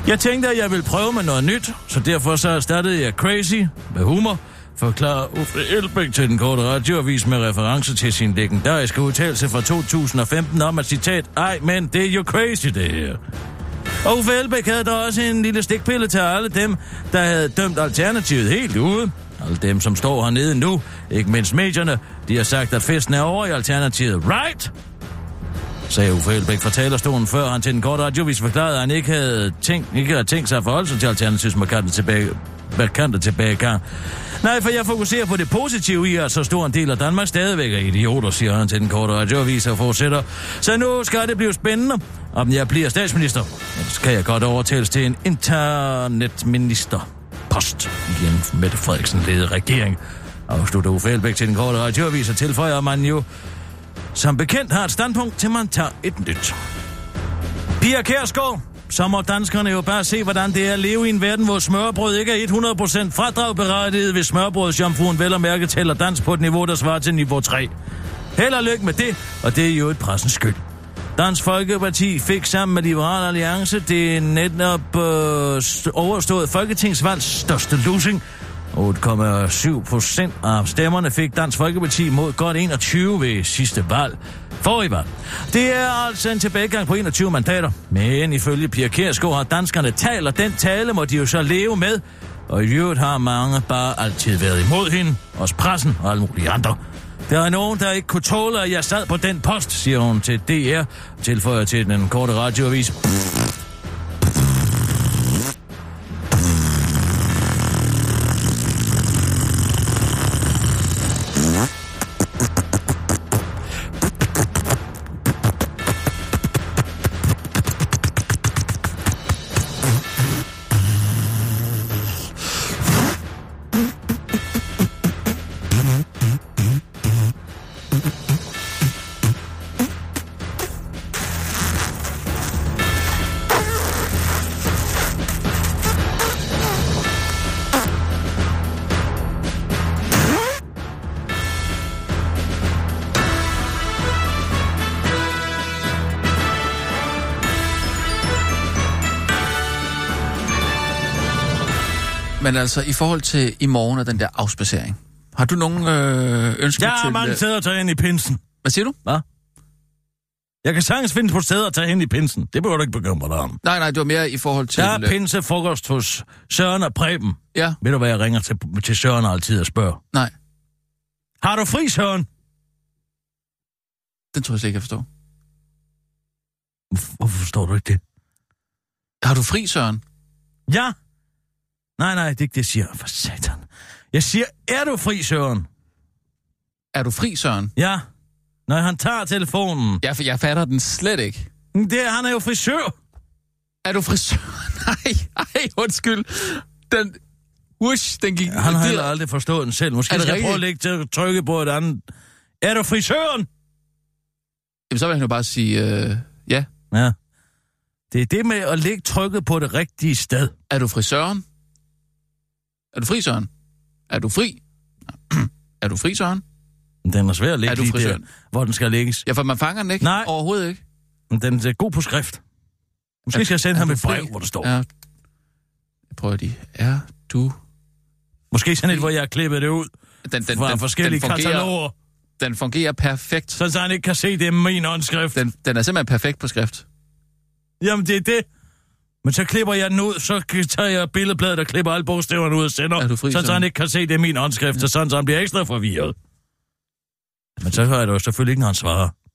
Speaker 6: Jeg tænkte, at jeg ville prøve med noget nyt, så derfor så erstattede jeg Crazy med humor, forklarer Uffe Elbæk til den korte radioavis med reference til sin legendariske udtalelse fra 2015 om at citat, ej, men det er jo crazy det her. Og Uffe Elbæk havde da også en lille stikpille til alle dem, der havde dømt Alternativet helt ude. Alle dem, som står hernede nu, ikke mindst medierne, de har sagt, at festen er over i Alternativet. Right? sagde Uffe Elbæk fra talerstolen, før han til den korte radiovis forklarede, at han ikke havde tænkt, ikke havde tænkt sig at forholde sig til Alternativets markante tilbage, markante tilbagegang. Nej, for jeg fokuserer på det positive i, at så stor en del af Danmark stadigvæk er idioter, siger han til den korte radioavis og fortsætter. Så nu skal det blive spændende, om jeg bliver statsminister. Ellers kan jeg godt overtales til en internetminister. Post igen Mette Frederiksen leder regering. Afslutter Uffe Elbæk til den korte radioavis og tilføjer at man jo, som bekendt har et standpunkt, til man tager et nyt. Pia Kærsgaard, så må danskerne jo bare se, hvordan det er at leve i en verden, hvor smørbrød ikke er 100% fradragberettiget, hvis smørbrødsjomfruen vel og mærke tæller dans på et niveau, der svarer til niveau 3. Held og lykke med det, og det er jo et pressens skyld. Dansk Folkeparti fik sammen med Liberal Alliance det netop øh, st- overstået Folketingsvalgs største losing. 8,7 procent af stemmerne fik Dansk Folkeparti mod godt 21 ved sidste valg. Forrige valg. Det er altså en tilbagegang på 21 mandater. Men ifølge Pia Kjærsgaard har danskerne talt, og den tale må de jo så leve med. Og i øvrigt har mange bare altid været imod hende, også pressen og alle mulige andre. Der er nogen, der ikke kunne tåle, at jeg sad på den post, siger hun til DR, tilføjer til den korte radioavis.
Speaker 4: Men altså, i forhold til i morgen og den der afspacering, har du nogen øh, ønsker
Speaker 6: Jeg
Speaker 4: til...
Speaker 6: har mange
Speaker 4: øh,
Speaker 6: steder at tage hen i pinsen.
Speaker 4: Hvad siger du?
Speaker 6: Hvad? Jeg kan sagtens finde på steder at tage hen i pinsen. Det behøver du ikke bekymre dig om.
Speaker 4: Nej, nej, det var mere i forhold til...
Speaker 6: Der er
Speaker 4: øh,
Speaker 6: pinsefrokost hos Søren og Preben.
Speaker 4: Ja.
Speaker 6: Ved du, hvad jeg ringer til, til Søren altid og spørger?
Speaker 4: Nej,
Speaker 6: Har du fri, Søren?
Speaker 4: den tror jeg slet ikke, jeg forstår.
Speaker 6: Hvorfor forstår du ikke det?
Speaker 4: Har du fri, Søren?
Speaker 6: Ja. Nej, nej, det er ikke det, jeg siger. For satan. Jeg siger, er du fri, Søren?
Speaker 4: Er du fri, Søren?
Speaker 6: Ja. Når han tager telefonen.
Speaker 4: Jeg, jeg fatter den slet ikke.
Speaker 6: Det, er- han er jo frisør.
Speaker 4: Er du frisør? Nej, nej, undskyld. Den, Ush, den gik...
Speaker 6: Han har
Speaker 4: det-
Speaker 6: heller aldrig forstået den selv. Måske
Speaker 4: Er det
Speaker 6: skal jeg
Speaker 4: rigtigt?
Speaker 6: prøve at lægge til at trykke på et andet. Er du frisøren?
Speaker 4: Jamen, så vil han jo bare sige, øh, ja.
Speaker 6: Ja. Det er det med at lægge trykket på det rigtige sted.
Speaker 4: Er du frisøren? Er du fri, Søren? Er du fri? er du fri, Søren?
Speaker 6: Den er svær at lægge
Speaker 4: Er du
Speaker 6: lige der,
Speaker 4: frisøren?
Speaker 6: hvor den skal lægges.
Speaker 4: Ja, for man fanger den ikke.
Speaker 6: Nej.
Speaker 4: Overhovedet ikke.
Speaker 6: Men Den er god på skrift. Måske skal jeg sende ham et brev, hvor der står.
Speaker 4: Ja. Jeg prøver lige. Er du...
Speaker 6: Måske sådan et, hvor jeg har klippet det ud
Speaker 4: Den, den,
Speaker 6: fra
Speaker 4: den,
Speaker 6: forskellige
Speaker 4: den fungerer-
Speaker 6: kataloger.
Speaker 4: Den fungerer perfekt.
Speaker 6: Sådan, så han ikke kan se, det er min håndskrift.
Speaker 4: Den, den er simpelthen perfekt på skrift.
Speaker 6: Jamen, det er det. Men så klipper jeg den ud, så tager jeg billedbladet og klipper alle bogstaverne ud og sender.
Speaker 4: Er du fri,
Speaker 6: sådan, så
Speaker 4: Søren?
Speaker 6: han ikke kan se, det er min håndskrift, ja. og sådan, så han bliver ekstra forvirret. Men så hører jeg det jo selvfølgelig ikke, når han svarer.